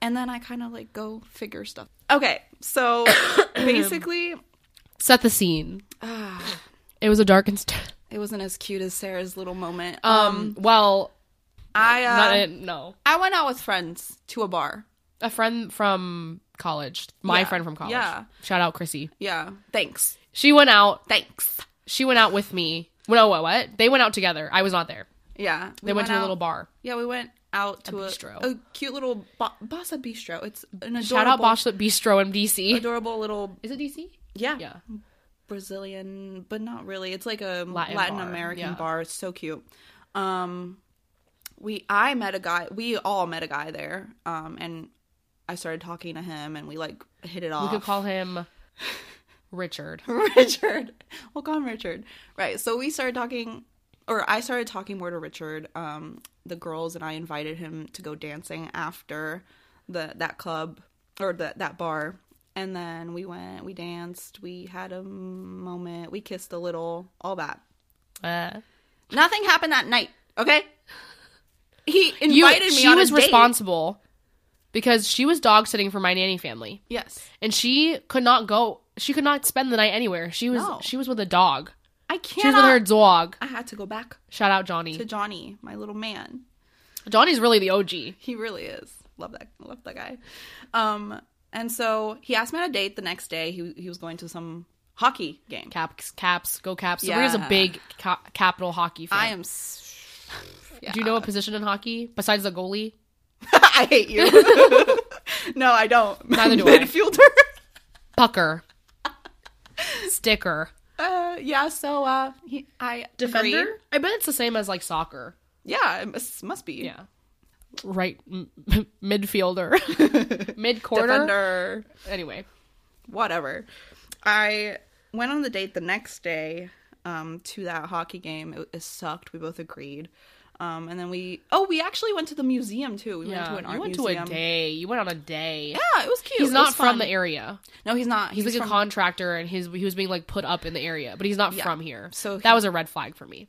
[SPEAKER 2] And then I kind of like go figure stuff. Okay, so basically,
[SPEAKER 1] Set the scene. it was a dark and. St-
[SPEAKER 2] it wasn't as cute as Sarah's little moment.
[SPEAKER 1] um, Well,
[SPEAKER 2] I uh,
[SPEAKER 1] not it. No,
[SPEAKER 2] I went out with friends to a bar.
[SPEAKER 1] a friend from college. My
[SPEAKER 2] Yeah,
[SPEAKER 1] friend from college.
[SPEAKER 2] yeah.
[SPEAKER 1] Shout out Chrissy.
[SPEAKER 2] Yeah, thanks,
[SPEAKER 1] She went out.
[SPEAKER 2] thanks.
[SPEAKER 1] She went out with me. Well, what? What? They went out together. I was not there.
[SPEAKER 2] Yeah, we
[SPEAKER 1] They went, to a
[SPEAKER 2] out-
[SPEAKER 1] little bar.
[SPEAKER 2] Yeah, we went out to a,
[SPEAKER 1] bistro.
[SPEAKER 2] a, cute little ba- Bassa Bistro. It's an adorable,
[SPEAKER 1] Shout out Boschlet Bistro in DC.
[SPEAKER 2] adorable little
[SPEAKER 1] Is it DC?
[SPEAKER 2] yeah.
[SPEAKER 1] Yeah.
[SPEAKER 2] Brazilian, but not really. It's like a Latin,
[SPEAKER 1] Latin bar,
[SPEAKER 2] American
[SPEAKER 1] yeah.
[SPEAKER 2] bar. It's so cute. Um, we I met a guy. We all met a guy there. Um, and I started talking to him, and we like hit it
[SPEAKER 1] We
[SPEAKER 2] off.
[SPEAKER 1] could call him Richard.
[SPEAKER 2] Richard. We'll call him Richard. Right. So we started talking, or I started talking more to Richard. Um, the girls and I invited him to go dancing after the that club or that that bar, and then we went, we danced, we had a moment, we kissed a little, all that.
[SPEAKER 1] Uh,
[SPEAKER 2] Nothing happened that night. Okay. He
[SPEAKER 1] you,
[SPEAKER 2] invited me.
[SPEAKER 1] she
[SPEAKER 2] on
[SPEAKER 1] was
[SPEAKER 2] a date.
[SPEAKER 1] responsible because she was dog sitting for my nanny family,
[SPEAKER 2] Yes.
[SPEAKER 1] and she could not go. She could not spend the night anywhere. She was
[SPEAKER 2] No.
[SPEAKER 1] she was with a dog.
[SPEAKER 2] I
[SPEAKER 1] She was with her
[SPEAKER 2] can't.
[SPEAKER 1] dog.
[SPEAKER 2] I had to go back
[SPEAKER 1] Shout out Johnny.
[SPEAKER 2] to Johnny, my little man.
[SPEAKER 1] Johnny's really the OG.
[SPEAKER 2] He really is. Love that. Love that guy. Um, and so he asked me on a date the next day. He he was going to some hockey game.
[SPEAKER 1] Caps, caps, go caps. Sabrina's
[SPEAKER 2] Yeah.
[SPEAKER 1] a big ca- capital hockey fan.
[SPEAKER 2] I am. s- Yeah.
[SPEAKER 1] Do you know a position in hockey besides the goalie?
[SPEAKER 2] I hate you. no, I don't.
[SPEAKER 1] Neither do I.
[SPEAKER 2] Midfielder.
[SPEAKER 1] Pucker, sticker,
[SPEAKER 2] Uh, yeah. So uh, he, I agree.
[SPEAKER 1] I bet it's the same as like soccer.
[SPEAKER 2] Yeah, it must, must be.
[SPEAKER 1] Yeah. Right m- midfielder. Mid quarter.
[SPEAKER 2] Defender.
[SPEAKER 1] Anyway.
[SPEAKER 2] whatever. I went on the date the next day um, to that hockey game. It, it sucked. We both agreed. Um, and then we oh we actually went to the museum too. We went to an art
[SPEAKER 1] you went
[SPEAKER 2] museum.
[SPEAKER 1] to a day. You went on a day.
[SPEAKER 2] Yeah, it was cute.
[SPEAKER 1] He's
[SPEAKER 2] It
[SPEAKER 1] not
[SPEAKER 2] was
[SPEAKER 1] from
[SPEAKER 2] fun.
[SPEAKER 1] the area.
[SPEAKER 2] No, he's not.
[SPEAKER 1] He's, like
[SPEAKER 2] from,
[SPEAKER 1] a contractor and his he was being like put up in the area, but he's not from here.
[SPEAKER 2] So
[SPEAKER 1] that
[SPEAKER 2] he-
[SPEAKER 1] was a red flag for me.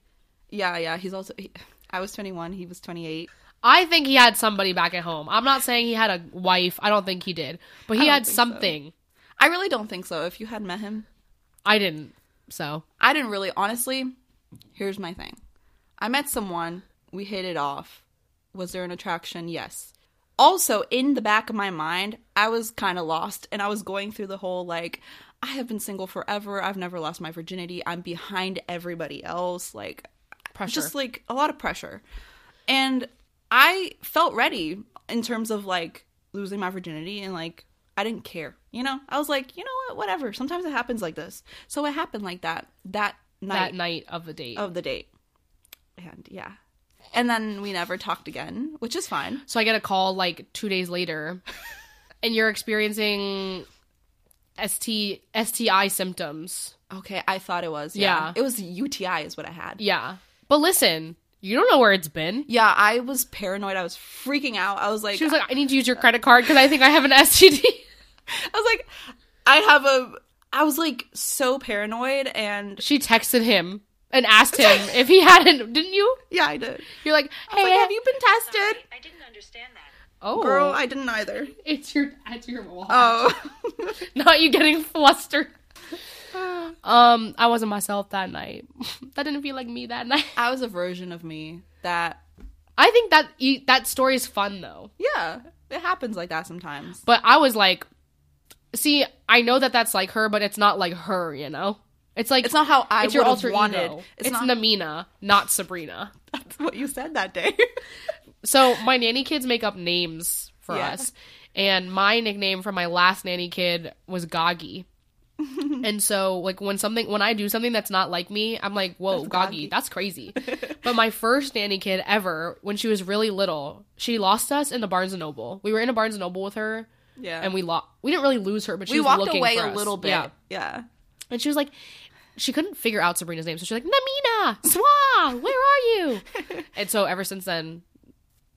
[SPEAKER 2] Yeah, yeah. He's also. He, I was 21. He was 28.
[SPEAKER 1] I think he had somebody back at home. I'm not saying he had a wife. I don't think he did, but he
[SPEAKER 2] don't
[SPEAKER 1] had
[SPEAKER 2] think so.
[SPEAKER 1] something.
[SPEAKER 2] I really don't think so. If you had met him,
[SPEAKER 1] I didn't. So
[SPEAKER 2] I didn't really, honestly. Here's my thing I met someone, we hit it off. Was there an attraction? Yes. Also, in the back of my mind, I was kind of lost and I was going through the whole like, I have been single forever. I've never lost my virginity. I'm behind everybody else. Like,
[SPEAKER 1] pressure.
[SPEAKER 2] just like a lot of pressure. And I felt ready in terms of like losing my virginity and like I didn't care. You know, I was like, you know what, whatever. Sometimes it happens like this. So it happened like that that night Oh,
[SPEAKER 1] that night of the date.
[SPEAKER 2] of the date. And yeah. And then we never talked again, which is fine.
[SPEAKER 1] So I get a call like two days later, and you're experiencing ST STI symptoms.
[SPEAKER 2] Okay, I thought it was. Yeah.
[SPEAKER 1] Yeah.
[SPEAKER 2] It was UTI is what I had.
[SPEAKER 1] Yeah, but listen, you don't know where it's been.
[SPEAKER 2] Yeah, I was paranoid. I was freaking out. I was like
[SPEAKER 1] She was like, "I need to use your credit card because I think I have an STD."
[SPEAKER 2] I was like I have a I was like so paranoid and
[SPEAKER 1] she texted him and asked him if he hadn't. Didn't you?
[SPEAKER 2] Yeah, I did.
[SPEAKER 1] You're like, "Hey,
[SPEAKER 2] like, have you been tested?
[SPEAKER 3] I didn't understand that.
[SPEAKER 1] oh,
[SPEAKER 2] Eh. Girl, I didn't either.
[SPEAKER 1] it's your it's your wall."
[SPEAKER 2] Oh.
[SPEAKER 1] not you getting flustered. Um, I wasn't myself that night. that didn't feel like me that night.
[SPEAKER 2] I was a version of me that,
[SPEAKER 1] I think that e- that story is fun though.
[SPEAKER 2] yeah, it happens like that sometimes.
[SPEAKER 1] But I was like, see, I know that that's like her, but it's not like her, you know. It's like
[SPEAKER 2] It's not how I
[SPEAKER 1] it's your
[SPEAKER 2] would have
[SPEAKER 1] alter
[SPEAKER 2] wanted.
[SPEAKER 1] ego. It's,
[SPEAKER 2] It's, not
[SPEAKER 1] Namina, not Sabrina.
[SPEAKER 2] that's what you said that day.
[SPEAKER 1] So my nanny kids make up names for
[SPEAKER 2] Yeah.
[SPEAKER 1] us, and my nickname for my last nanny kid was Goggy. and so like when something when I do something that's not like me, I'm like, whoa,
[SPEAKER 2] That's
[SPEAKER 1] Goggy,
[SPEAKER 2] Goggy.
[SPEAKER 1] that's crazy. but my first nanny kid ever, when she was really little, she lost us in the Barnes and Noble. We were in a Barnes and Noble with her,
[SPEAKER 2] yeah.
[SPEAKER 1] and we lost. We didn't really lose her, but she
[SPEAKER 2] we
[SPEAKER 1] was
[SPEAKER 2] walked
[SPEAKER 1] looking
[SPEAKER 2] away
[SPEAKER 1] for
[SPEAKER 2] a
[SPEAKER 1] us.
[SPEAKER 2] little bit.
[SPEAKER 1] Yeah.
[SPEAKER 2] Yeah.
[SPEAKER 1] And she was like, she couldn't figure out Sabrina's name, so she's like, Namina, Swa, where are you? and so ever since then,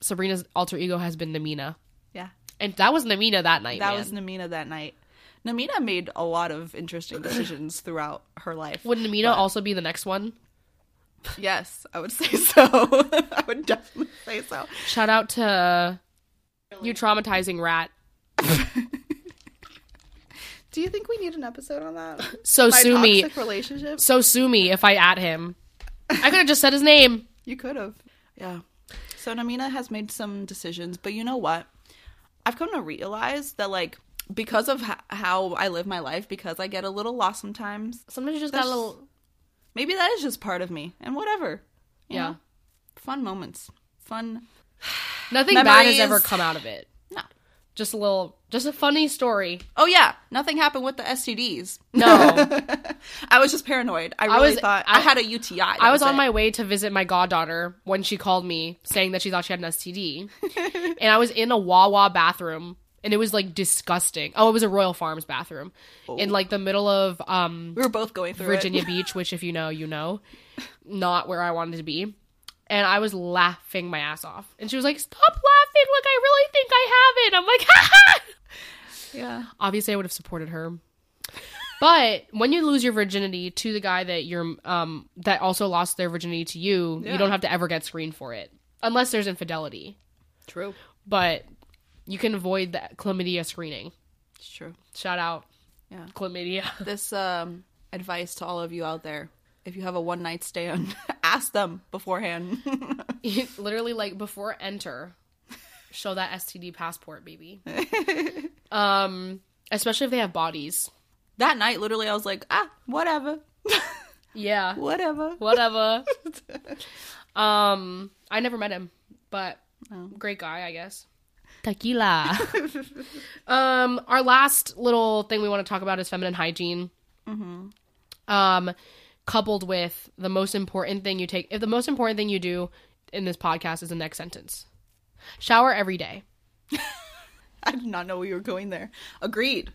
[SPEAKER 1] Sabrina's alter ego has been Namina,
[SPEAKER 2] Yeah.
[SPEAKER 1] and that was Namina that night.
[SPEAKER 2] That
[SPEAKER 1] man.
[SPEAKER 2] was Namina that night. Namina made a lot of interesting decisions throughout her life.
[SPEAKER 1] Would Namina also be the next one?
[SPEAKER 2] yes, I would say so. I would definitely say so.
[SPEAKER 1] Shout out to you, traumatizing rat.
[SPEAKER 2] Do you think we need an episode on that?
[SPEAKER 1] So
[SPEAKER 2] My
[SPEAKER 1] sue me.
[SPEAKER 2] toxic relationships?
[SPEAKER 1] So sue me if I at him. I could have just said his name.
[SPEAKER 2] You could have. Yeah. So Namina has made some decisions, but you know what? I've come to realize that like because of h- how I live my life, because I get a little lost sometimes.
[SPEAKER 1] Sometimes you just got
[SPEAKER 2] There's-
[SPEAKER 1] a little.
[SPEAKER 2] Maybe that is just part of me, and whatever. you
[SPEAKER 1] Yeah.
[SPEAKER 2] know? Fun moments. Fun.
[SPEAKER 1] Nothing bad has
[SPEAKER 2] Memories.
[SPEAKER 1] ever come out of it.
[SPEAKER 2] No.
[SPEAKER 1] Just a little. Just a funny story.
[SPEAKER 2] Oh yeah, nothing happened with the STDs.
[SPEAKER 1] No.
[SPEAKER 2] I was just paranoid. I really
[SPEAKER 1] was-
[SPEAKER 2] thought
[SPEAKER 1] I-
[SPEAKER 2] I, had a UTI. That
[SPEAKER 1] I was on
[SPEAKER 2] it.
[SPEAKER 1] my way to visit my goddaughter when she called me saying that she thought she had an STD. and I was in a Wawa bathroom and it was like disgusting. Oh, it was a Royal Farms bathroom in like the middle of um,
[SPEAKER 2] We were both going through it.
[SPEAKER 1] Virginia Beach, which, if you know, you know, not where I wanted to be. And I was laughing my ass off. And she was like, Stop laughing. Like, I really think I have it. I'm like, Ha ha.
[SPEAKER 2] Yeah.
[SPEAKER 1] Obviously, I would have supported her. But when you lose your virginity to the guy that you're um that also lost their virginity to you, you
[SPEAKER 2] Yeah.
[SPEAKER 1] don't have to ever get screened for it unless there's infidelity.
[SPEAKER 2] True.
[SPEAKER 1] But you can avoid the chlamydia screening.
[SPEAKER 2] It's true.
[SPEAKER 1] Shout out
[SPEAKER 2] Yeah.
[SPEAKER 1] chlamydia.
[SPEAKER 2] this um, advice to all of you out there. If you have a one night stand, ask them beforehand.
[SPEAKER 1] Literally like before enter, show that STD passport, baby. um especially if they have bodies.
[SPEAKER 2] that night, literally, I was like, ah, whatever.
[SPEAKER 1] Yeah.
[SPEAKER 2] whatever.
[SPEAKER 1] Whatever. um I never met him, but
[SPEAKER 2] No.
[SPEAKER 1] great guy, I guess. Tequila. um, our last little thing we want to talk about is feminine hygiene. Um, coupled with the most important thing you take, if the most important thing you do in this podcast is the next sentence, shower every day.
[SPEAKER 2] I did not know we were going there. Agreed.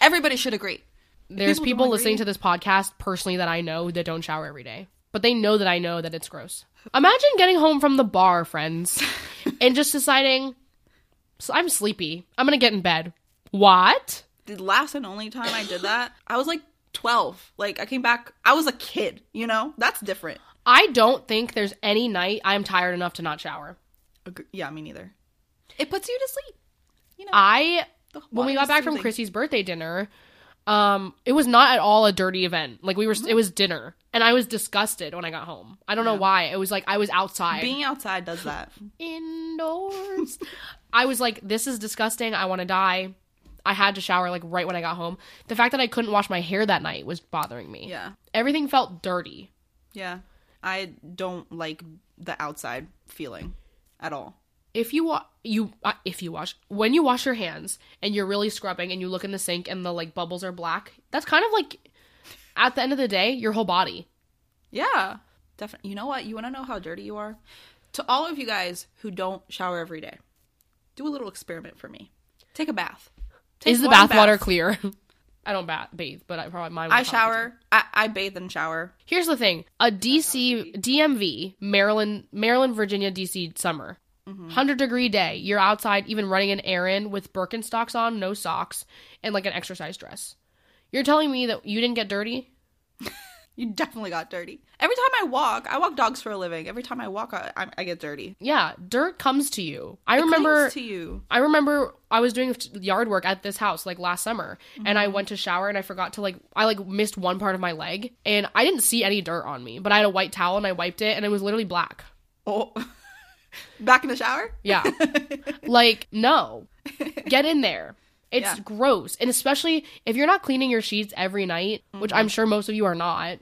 [SPEAKER 2] Everybody should agree.
[SPEAKER 1] There's
[SPEAKER 2] people
[SPEAKER 1] people,
[SPEAKER 2] don't
[SPEAKER 1] listening
[SPEAKER 2] agree-
[SPEAKER 1] to this podcast personally that I know that don't shower every day, but they know that I know that it's gross. Imagine getting home from the bar, friends, and just deciding, "So I'm sleepy. I'm gonna get in bed. What?
[SPEAKER 2] The last and only time I did that, I was like 12. Like, I came back, I was a kid, you know? That's different.
[SPEAKER 1] I don't think there's any night I'm tired enough to not shower.
[SPEAKER 2] Ag- Yeah, me neither. It puts you to sleep.
[SPEAKER 1] I
[SPEAKER 2] The
[SPEAKER 1] when we
[SPEAKER 2] water
[SPEAKER 1] got
[SPEAKER 2] is
[SPEAKER 1] back from
[SPEAKER 2] soothing.
[SPEAKER 1] Chrissy's birthday dinner, um, it was not at all a dirty event. Like we were,
[SPEAKER 2] Mm-hmm.
[SPEAKER 1] it was dinner, and I was disgusted when I got home. I don't know why. It was like I was outside,
[SPEAKER 2] being outside does that.
[SPEAKER 1] indoors. I was like, this is disgusting. I want to die. I had to shower like right when I got home. The fact that I couldn't wash my hair that night was bothering me.
[SPEAKER 2] Yeah,
[SPEAKER 1] Everything felt dirty.
[SPEAKER 2] yeah. I don't like the outside feeling at all.
[SPEAKER 1] if you wa- you uh, if you wash when you wash your hands and you're really scrubbing and you look in the sink and the like bubbles are black, that's kind of like at the end of the day your whole body.
[SPEAKER 2] Yeah, definitely. You know what? You want to know how dirty you are? To all of you guys who don't shower every day, do a little experiment for me. Take a bath. Take
[SPEAKER 1] Is the
[SPEAKER 2] one
[SPEAKER 1] bath water clear? I don't bath bathe, but I probably mine. would
[SPEAKER 2] I
[SPEAKER 1] probably-
[SPEAKER 2] shower. I, I bathe and shower.
[SPEAKER 1] Here's the thing: a DC DMV Maryland Maryland Virginia DC summer,
[SPEAKER 2] Mm-hmm.
[SPEAKER 1] hundred degree day. You're outside, even running an errand with Birkenstocks on, no socks, and like an exercise dress. You're telling me that you didn't get dirty?
[SPEAKER 2] You definitely got dirty. Every time I walk, I walk dogs for a living. Every time I walk, I, I, I get dirty.
[SPEAKER 1] Yeah, dirt comes to you. I
[SPEAKER 2] It
[SPEAKER 1] remember
[SPEAKER 2] clings to you.
[SPEAKER 1] I remember I was doing yard work at this house like last summer and
[SPEAKER 2] Mm-hmm.
[SPEAKER 1] I went to shower and I forgot to like I like missed one part of my leg and I didn't see any dirt on me, but I had a white towel and I wiped it and it was literally black.
[SPEAKER 2] Oh, back in the shower.
[SPEAKER 1] Yeah. like no. Get in there. It's
[SPEAKER 2] Yeah.
[SPEAKER 1] gross. And especially if you're not cleaning your sheets every night, which I'm sure most of you are not.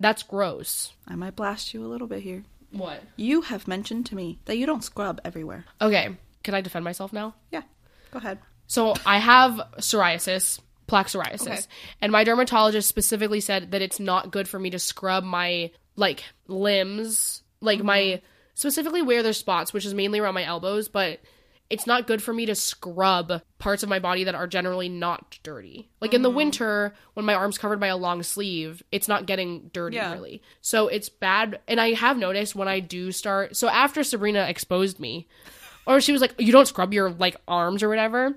[SPEAKER 1] That's gross.
[SPEAKER 2] I might blast you a little bit here.
[SPEAKER 1] What?
[SPEAKER 2] You have mentioned to me that you don't scrub everywhere.
[SPEAKER 1] Okay. Can I defend myself now?
[SPEAKER 2] Yeah, go ahead.
[SPEAKER 1] So I have psoriasis, plaque psoriasis,
[SPEAKER 2] Okay.
[SPEAKER 1] and my dermatologist specifically said that it's not good for me to scrub my like limbs, like
[SPEAKER 2] Mm-hmm.
[SPEAKER 1] my specifically where there's spots, which is mainly around my elbows, but it's not good for me to scrub parts of my body that are generally not dirty. Like
[SPEAKER 2] Mm.
[SPEAKER 1] in the winter, when my arm's covered by a long sleeve, it's not getting dirty
[SPEAKER 2] Yeah.
[SPEAKER 1] really. So it's bad. And I have noticed when I do start. So after Sabrina exposed me, or she was like, "You don't scrub your like arms or whatever."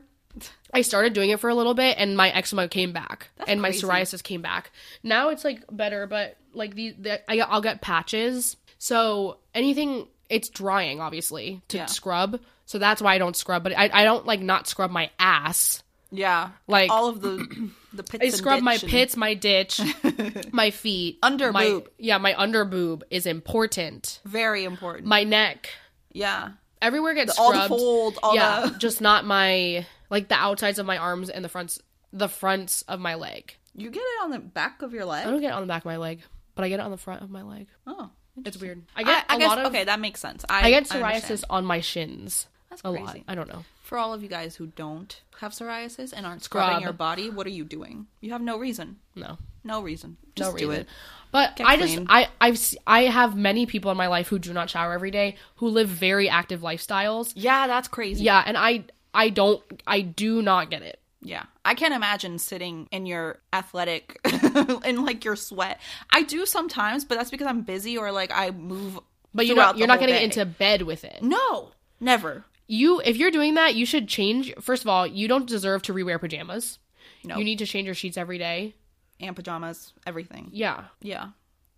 [SPEAKER 1] I started doing it for a little bit, and my eczema came back, and
[SPEAKER 2] crazy.
[SPEAKER 1] my psoriasis came back. Now it's like better, but like the, the I, I'll get patches. So anything, it's drying obviously to
[SPEAKER 2] Yeah.
[SPEAKER 1] scrub. So that's why I don't scrub, but I, I don't like not scrub my ass.
[SPEAKER 2] Yeah,
[SPEAKER 1] Like-
[SPEAKER 2] all of the the pits.
[SPEAKER 1] I
[SPEAKER 2] and
[SPEAKER 1] scrub my
[SPEAKER 2] ditch and-
[SPEAKER 1] pits, my ditch, my feet,
[SPEAKER 2] Under
[SPEAKER 1] my,
[SPEAKER 2] boob.
[SPEAKER 1] Yeah, my under boob is important.
[SPEAKER 2] Very important.
[SPEAKER 1] My neck,
[SPEAKER 2] yeah,
[SPEAKER 1] everywhere gets
[SPEAKER 2] all the
[SPEAKER 1] scrubbed.
[SPEAKER 2] fold, all
[SPEAKER 1] yeah,
[SPEAKER 2] the-
[SPEAKER 1] just not my like the outsides of my arms and the fronts, the fronts of my leg.
[SPEAKER 2] you get it on the back of your
[SPEAKER 1] I
[SPEAKER 2] leg.
[SPEAKER 1] don't get it on the back of my leg, but I get it on the front of my leg.
[SPEAKER 2] Oh,
[SPEAKER 1] It's weird. I
[SPEAKER 2] I,
[SPEAKER 1] get a
[SPEAKER 2] I guess
[SPEAKER 1] lot of
[SPEAKER 2] okay, that makes sense. I,
[SPEAKER 1] I get
[SPEAKER 2] understand.
[SPEAKER 1] psoriasis on my shins.
[SPEAKER 2] That's
[SPEAKER 1] a
[SPEAKER 2] crazy.
[SPEAKER 1] lot. I don't know.
[SPEAKER 2] For all of you guys who don't have psoriasis and aren't scrubbing
[SPEAKER 1] Scrub.
[SPEAKER 2] your body, what are you doing? You have no reason.
[SPEAKER 1] No.
[SPEAKER 2] No reason.
[SPEAKER 1] No
[SPEAKER 2] Just do
[SPEAKER 1] reason.
[SPEAKER 2] it.
[SPEAKER 1] But
[SPEAKER 2] Get
[SPEAKER 1] I
[SPEAKER 2] clean.
[SPEAKER 1] just I I've se- I have many people in my life who do not shower every day who live very active lifestyles.
[SPEAKER 2] Yeah, that's crazy.
[SPEAKER 1] Yeah, and I I don't I do not get it.
[SPEAKER 2] Yeah. I can't imagine sitting in your athletic in like your sweat. I do sometimes, but that's because I'm busy or like I move.
[SPEAKER 1] But you
[SPEAKER 2] throughout
[SPEAKER 1] know
[SPEAKER 2] the
[SPEAKER 1] you're not
[SPEAKER 2] whole
[SPEAKER 1] getting
[SPEAKER 2] day.
[SPEAKER 1] into bed with it.
[SPEAKER 2] No, never.
[SPEAKER 1] You if you're doing that, you should change first of all, you don't deserve to rewear pajamas.
[SPEAKER 2] No.
[SPEAKER 1] You need to change your sheets every day.
[SPEAKER 2] And pajamas, everything.
[SPEAKER 1] Yeah.
[SPEAKER 2] Yeah.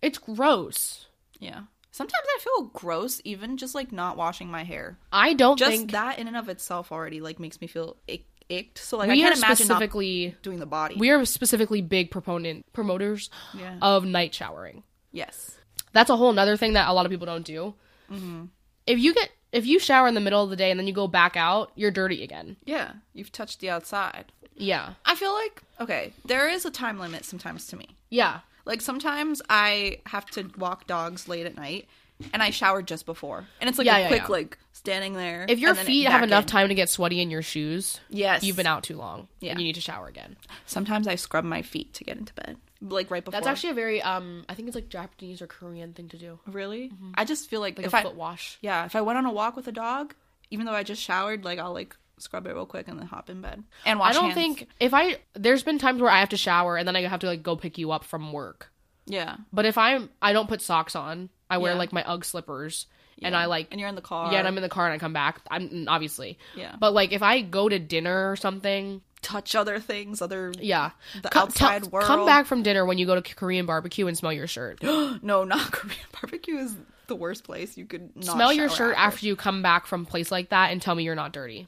[SPEAKER 1] It's gross.
[SPEAKER 2] Yeah. Sometimes I feel gross even just like not washing my hair.
[SPEAKER 1] I don't
[SPEAKER 2] Just
[SPEAKER 1] think
[SPEAKER 2] that in and of itself already like makes me feel ick- icked. So like I
[SPEAKER 1] we are
[SPEAKER 2] can't imagine not
[SPEAKER 1] specifically
[SPEAKER 2] doing the body.
[SPEAKER 1] we uh, are specifically big proponent promoters
[SPEAKER 2] Yeah.
[SPEAKER 1] of night showering.
[SPEAKER 2] yes.
[SPEAKER 1] That's a whole nother thing that a lot of people don't do. Mm-hmm. If you get if you shower in the middle of the day and then you go back out, you're dirty again.
[SPEAKER 2] Yeah. You've touched the outside.
[SPEAKER 1] Yeah,
[SPEAKER 2] I feel like okay, there is a time limit sometimes to me.
[SPEAKER 1] yeah.
[SPEAKER 2] Like sometimes I have to walk dogs late at night, and I shower just before, and it's like
[SPEAKER 1] Yeah,
[SPEAKER 2] a
[SPEAKER 1] yeah,
[SPEAKER 2] quick
[SPEAKER 1] yeah.
[SPEAKER 2] like standing there.
[SPEAKER 1] If your
[SPEAKER 2] and then
[SPEAKER 1] feet have
[SPEAKER 2] back
[SPEAKER 1] enough
[SPEAKER 2] in.
[SPEAKER 1] time to get sweaty in your shoes,
[SPEAKER 2] yes,
[SPEAKER 1] you've been out too long.
[SPEAKER 2] Yeah.
[SPEAKER 1] and you need to shower again.
[SPEAKER 2] Sometimes I scrub my feet to get into bed, like right before.
[SPEAKER 1] That's actually a very um, I think it's like Japanese or Korean thing to do,
[SPEAKER 2] really. I just feel like,
[SPEAKER 1] Mm-hmm. like
[SPEAKER 2] if
[SPEAKER 1] a
[SPEAKER 2] I
[SPEAKER 1] foot wash.
[SPEAKER 2] yeah, if I went on a walk with a dog, even though I just showered, like I'll like scrub it real quick and then hop in bed and wash.
[SPEAKER 1] I don't
[SPEAKER 2] hands.
[SPEAKER 1] think if I there's been times where I have to shower and then I have to like go pick you up from work.
[SPEAKER 2] yeah,
[SPEAKER 1] But if I'm I don't put socks on, I wear
[SPEAKER 2] Yeah.
[SPEAKER 1] like my UGG slippers and I like
[SPEAKER 2] and you're in the car.
[SPEAKER 1] Yeah, and I'm in the car and I come back. I'm obviously.
[SPEAKER 2] Yeah.
[SPEAKER 1] But like if I go to dinner or something,
[SPEAKER 2] touch other things, other
[SPEAKER 1] yeah.
[SPEAKER 2] The
[SPEAKER 1] Come-
[SPEAKER 2] outside
[SPEAKER 1] tell-
[SPEAKER 2] world.
[SPEAKER 1] Come back from dinner when you go to Korean barbecue and smell your shirt.
[SPEAKER 2] no, not Korean barbecue is the worst place you could not
[SPEAKER 1] smell your
[SPEAKER 2] shower
[SPEAKER 1] shirt after you come back from a place like that and tell me you're not dirty.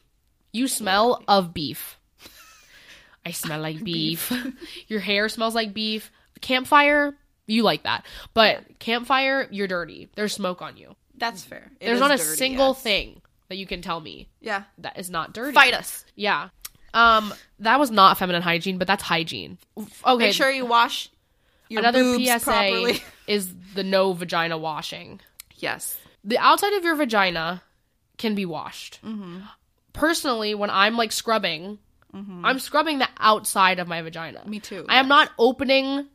[SPEAKER 1] You smell of beef. I smell like beef. your hair smells like beef. Campfire, you like that. But campfire, you're dirty. There's smoke on you.
[SPEAKER 2] That's fair. It
[SPEAKER 1] There's
[SPEAKER 2] is
[SPEAKER 1] not a
[SPEAKER 2] dirty,
[SPEAKER 1] single
[SPEAKER 2] yes.
[SPEAKER 1] thing that you can tell me
[SPEAKER 2] Yeah.
[SPEAKER 1] that is not dirty.
[SPEAKER 2] Fight us.
[SPEAKER 1] Yeah. Um, that was not feminine hygiene, but that's hygiene. Okay.
[SPEAKER 2] Make sure you wash your
[SPEAKER 1] another
[SPEAKER 2] boobs
[SPEAKER 1] PSA
[SPEAKER 2] properly.
[SPEAKER 1] is the no vagina washing.
[SPEAKER 2] yes.
[SPEAKER 1] the outside of your vagina can be washed.
[SPEAKER 2] Mm-hmm.
[SPEAKER 1] Personally, when I'm like scrubbing, I'm scrubbing the outside of my vagina.
[SPEAKER 2] Mm-hmm. Me too,
[SPEAKER 1] I am not opening.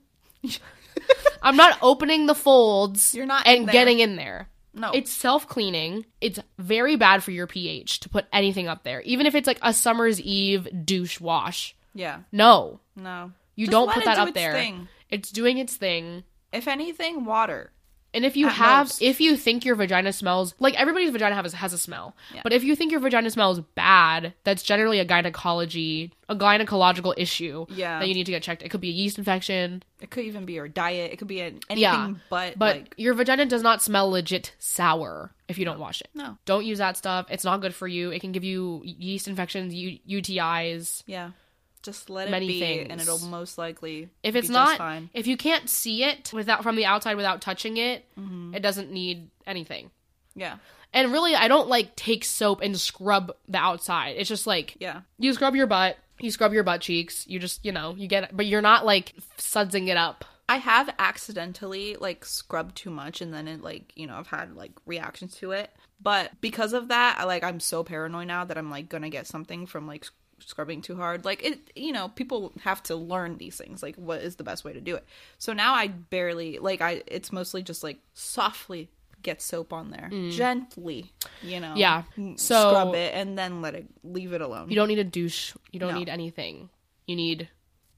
[SPEAKER 1] I'm not opening the folds.
[SPEAKER 2] You're not
[SPEAKER 1] and
[SPEAKER 2] in there.
[SPEAKER 1] getting in there.
[SPEAKER 2] No.
[SPEAKER 1] It's self cleaning. It's very bad for your pH to put anything up there, even if it's like a summer's eve douche wash.
[SPEAKER 2] Yeah.
[SPEAKER 1] No,
[SPEAKER 2] No.
[SPEAKER 1] you
[SPEAKER 2] Just
[SPEAKER 1] don't
[SPEAKER 2] let
[SPEAKER 1] put
[SPEAKER 2] it
[SPEAKER 1] that
[SPEAKER 2] do
[SPEAKER 1] up
[SPEAKER 2] its
[SPEAKER 1] there.
[SPEAKER 2] thing.
[SPEAKER 1] It's doing its thing.
[SPEAKER 2] If anything, water.
[SPEAKER 1] And if you
[SPEAKER 2] At
[SPEAKER 1] have,
[SPEAKER 2] most.
[SPEAKER 1] if you think your vagina smells like everybody's vagina has has a smell,
[SPEAKER 2] Yeah.
[SPEAKER 1] but if you think your vagina smells bad, that's generally a gynecology, a gynecological issue
[SPEAKER 2] Yeah.
[SPEAKER 1] that you need to get checked. It could be a yeast infection,
[SPEAKER 2] It could even be your diet. It could be an, anything
[SPEAKER 1] Yeah,
[SPEAKER 2] but,
[SPEAKER 1] but
[SPEAKER 2] like
[SPEAKER 1] your vagina does not smell legit sour if you don't wash it.
[SPEAKER 2] no.
[SPEAKER 1] Don't use that stuff. It's not good for you. It can give you yeast infections, U- UTIs.
[SPEAKER 2] Yeah. Just let it
[SPEAKER 1] Many
[SPEAKER 2] be
[SPEAKER 1] things.
[SPEAKER 2] and it'll most likely
[SPEAKER 1] If
[SPEAKER 2] be
[SPEAKER 1] it's
[SPEAKER 2] just
[SPEAKER 1] not,
[SPEAKER 2] fine.
[SPEAKER 1] if you can't see it without from the outside without touching it,
[SPEAKER 2] Mm-hmm.
[SPEAKER 1] it doesn't need anything.
[SPEAKER 2] Yeah.
[SPEAKER 1] And really, I don't like take soap and scrub the outside. It's just like
[SPEAKER 2] Yeah.
[SPEAKER 1] you scrub your butt, you scrub your butt cheeks, you just, you know, you get, but you're not like sudsing it up.
[SPEAKER 2] I have accidentally like scrubbed too much and then it like, you know, I've had like reactions to it. But because of that, I like I'm so paranoid now that I'm like going to get something from like sc- scrubbing too hard. Like it, you know, people have to learn these things like what is the best way to do it. So now I barely like I it's mostly just like softly get soap on there. Gently, you know.
[SPEAKER 1] Yeah.
[SPEAKER 2] Mm,
[SPEAKER 1] So-
[SPEAKER 2] scrub it and then let it leave it alone.
[SPEAKER 1] You don't need a douche. You don't
[SPEAKER 2] No. Mm.
[SPEAKER 1] need anything. You need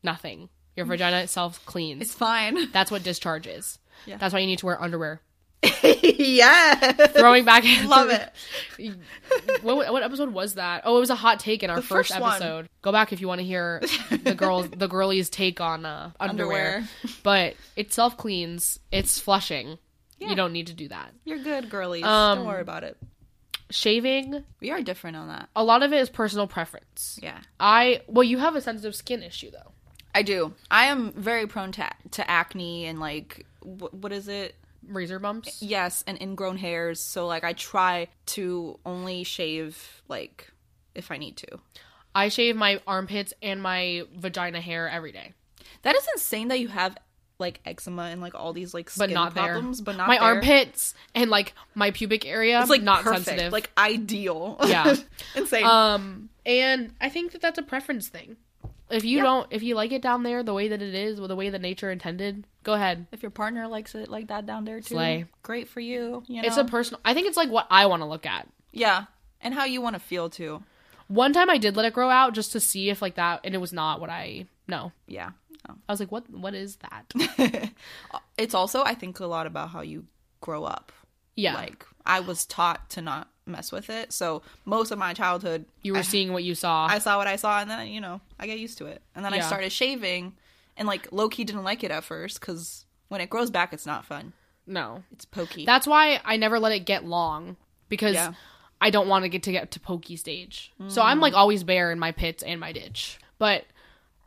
[SPEAKER 1] nothing. Your vagina itself cleans.
[SPEAKER 2] it's fine.
[SPEAKER 1] That's what discharge is.
[SPEAKER 2] Yeah.
[SPEAKER 1] That's why you need to wear underwear.
[SPEAKER 2] yeah.
[SPEAKER 1] Throwing back.
[SPEAKER 2] Love it.
[SPEAKER 1] What, what episode was that? Oh, it was a hot take in our first,
[SPEAKER 2] first one.
[SPEAKER 1] episode. Go back if you want to hear the girls, the girlies' take on uh, underwear.
[SPEAKER 2] Underwear.
[SPEAKER 1] But it self cleans. It's flushing.
[SPEAKER 2] Yeah.
[SPEAKER 1] You don't need to do that.
[SPEAKER 2] You're good, girlies.
[SPEAKER 1] Um,
[SPEAKER 2] don't worry about it.
[SPEAKER 1] Shaving.
[SPEAKER 2] We are different on that.
[SPEAKER 1] A lot of it is personal preference.
[SPEAKER 2] Yeah.
[SPEAKER 1] I well, you have a sensitive skin issue though.
[SPEAKER 2] I do. I am very prone to, to acne and like wh- what is it?
[SPEAKER 1] Razor bumps.
[SPEAKER 2] Yes, and ingrown hairs. So like I try to only shave like if I need to.
[SPEAKER 1] I shave my armpits and my vagina hair every day,
[SPEAKER 2] That is insane that you have like eczema and like all these like
[SPEAKER 1] but
[SPEAKER 2] skin
[SPEAKER 1] not there.
[SPEAKER 2] problems, but not
[SPEAKER 1] my
[SPEAKER 2] there.
[SPEAKER 1] armpits and like my pubic area.
[SPEAKER 2] It's like
[SPEAKER 1] not
[SPEAKER 2] perfect,
[SPEAKER 1] sensitive.
[SPEAKER 2] like ideal.
[SPEAKER 1] Yeah.
[SPEAKER 2] insane.
[SPEAKER 1] um, and I think that that's a preference thing. If you don't, if you like it down there the way that it is, with the way that nature intended, go ahead.
[SPEAKER 2] if your partner likes it like that down there too,
[SPEAKER 1] Slay.
[SPEAKER 2] great for you. You know,
[SPEAKER 1] It's a personal. I think it's like what I want to look at.
[SPEAKER 2] yeah, and how you want to feel too.
[SPEAKER 1] One time I did let it grow out just to see if like that, and it was not what I no.
[SPEAKER 2] Yeah. Oh.
[SPEAKER 1] I was like, what? What is that?
[SPEAKER 2] it's also I think a lot about how you grow up.
[SPEAKER 1] Yeah,
[SPEAKER 2] Like I was taught to not mess with it, so most of my childhood
[SPEAKER 1] you were seeing what you saw.
[SPEAKER 2] I saw what I saw, and then you know I got used to it, and then I
[SPEAKER 1] Yeah.
[SPEAKER 2] started shaving, and like low key didn't like it at first because when it grows back, it's not fun.
[SPEAKER 1] no,
[SPEAKER 2] It's pokey.
[SPEAKER 1] that's why I never let it get long because
[SPEAKER 2] Yeah.
[SPEAKER 1] I don't want to get to get to pokey stage. So I'm like always bare in my pits and my ditch. But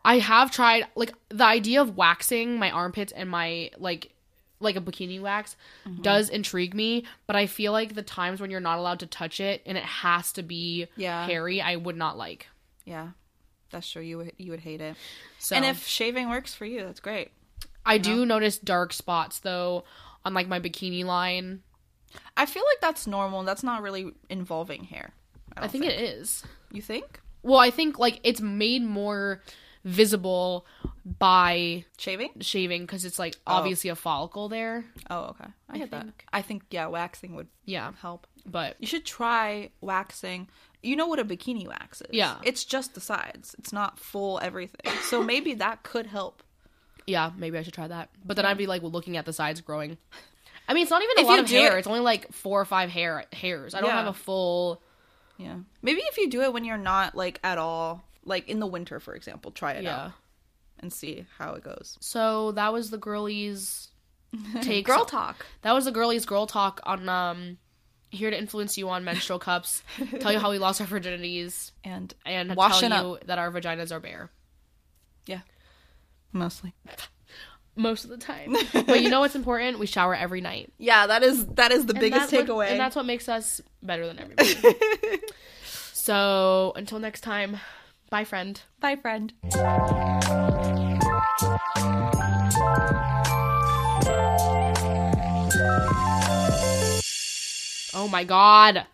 [SPEAKER 1] I have tried like the idea of waxing my armpits and my like like a bikini wax does intrigue me, but I feel like the times when you're not allowed to touch it and it has to be
[SPEAKER 2] Yeah.
[SPEAKER 1] hairy, I would not like.
[SPEAKER 2] yeah, that's true. You would, you would hate it.
[SPEAKER 1] So
[SPEAKER 2] And if shaving works for you, that's great.
[SPEAKER 1] I do notice dark spots though on like my bikini line.
[SPEAKER 2] I feel like that's normal. That's not really involving hair. I,
[SPEAKER 1] I,
[SPEAKER 2] don't
[SPEAKER 1] think, it is.
[SPEAKER 2] you think
[SPEAKER 1] Well, I think like it's made more visible by
[SPEAKER 2] shaving.
[SPEAKER 1] shaving because it's like obviously a follicle there.
[SPEAKER 2] Oh, okay. I get that.
[SPEAKER 1] think.
[SPEAKER 2] I think yeah, waxing would
[SPEAKER 1] Yeah,
[SPEAKER 2] help.
[SPEAKER 1] but
[SPEAKER 2] You should try waxing. You know what a bikini wax is?
[SPEAKER 1] Yeah.
[SPEAKER 2] It's just the sides. It's not full everything. So maybe that could help.
[SPEAKER 1] yeah, maybe I should try that. But then I'd be like looking at the sides growing. I mean, it's not even a
[SPEAKER 2] If
[SPEAKER 1] lot
[SPEAKER 2] you
[SPEAKER 1] of
[SPEAKER 2] do
[SPEAKER 1] hair.
[SPEAKER 2] it-
[SPEAKER 1] It's only like four or five hair hairs. I don't
[SPEAKER 2] Yeah.
[SPEAKER 1] have a full.
[SPEAKER 2] Yeah. Maybe if you do it when you're not like at all, like in the winter, for example, try it
[SPEAKER 1] Yeah.
[SPEAKER 2] out and see how it goes.
[SPEAKER 1] So that was the girlies takes
[SPEAKER 3] Girl talk.
[SPEAKER 1] That was the girlies girl talk on um here to influence you on menstrual cups, tell you how we lost our virginities,
[SPEAKER 2] and
[SPEAKER 1] and
[SPEAKER 2] Washing
[SPEAKER 1] tell you that our vaginas are bare
[SPEAKER 2] yeah, mostly.
[SPEAKER 1] most of the time. but you know what's important? We shower every night.
[SPEAKER 3] Yeah, that is that is the
[SPEAKER 1] And
[SPEAKER 3] biggest
[SPEAKER 1] that what-
[SPEAKER 3] takeaway.
[SPEAKER 1] and that's what makes us better than everybody. so until next time, bye, friend.
[SPEAKER 2] Bye, friend.
[SPEAKER 1] Oh my god.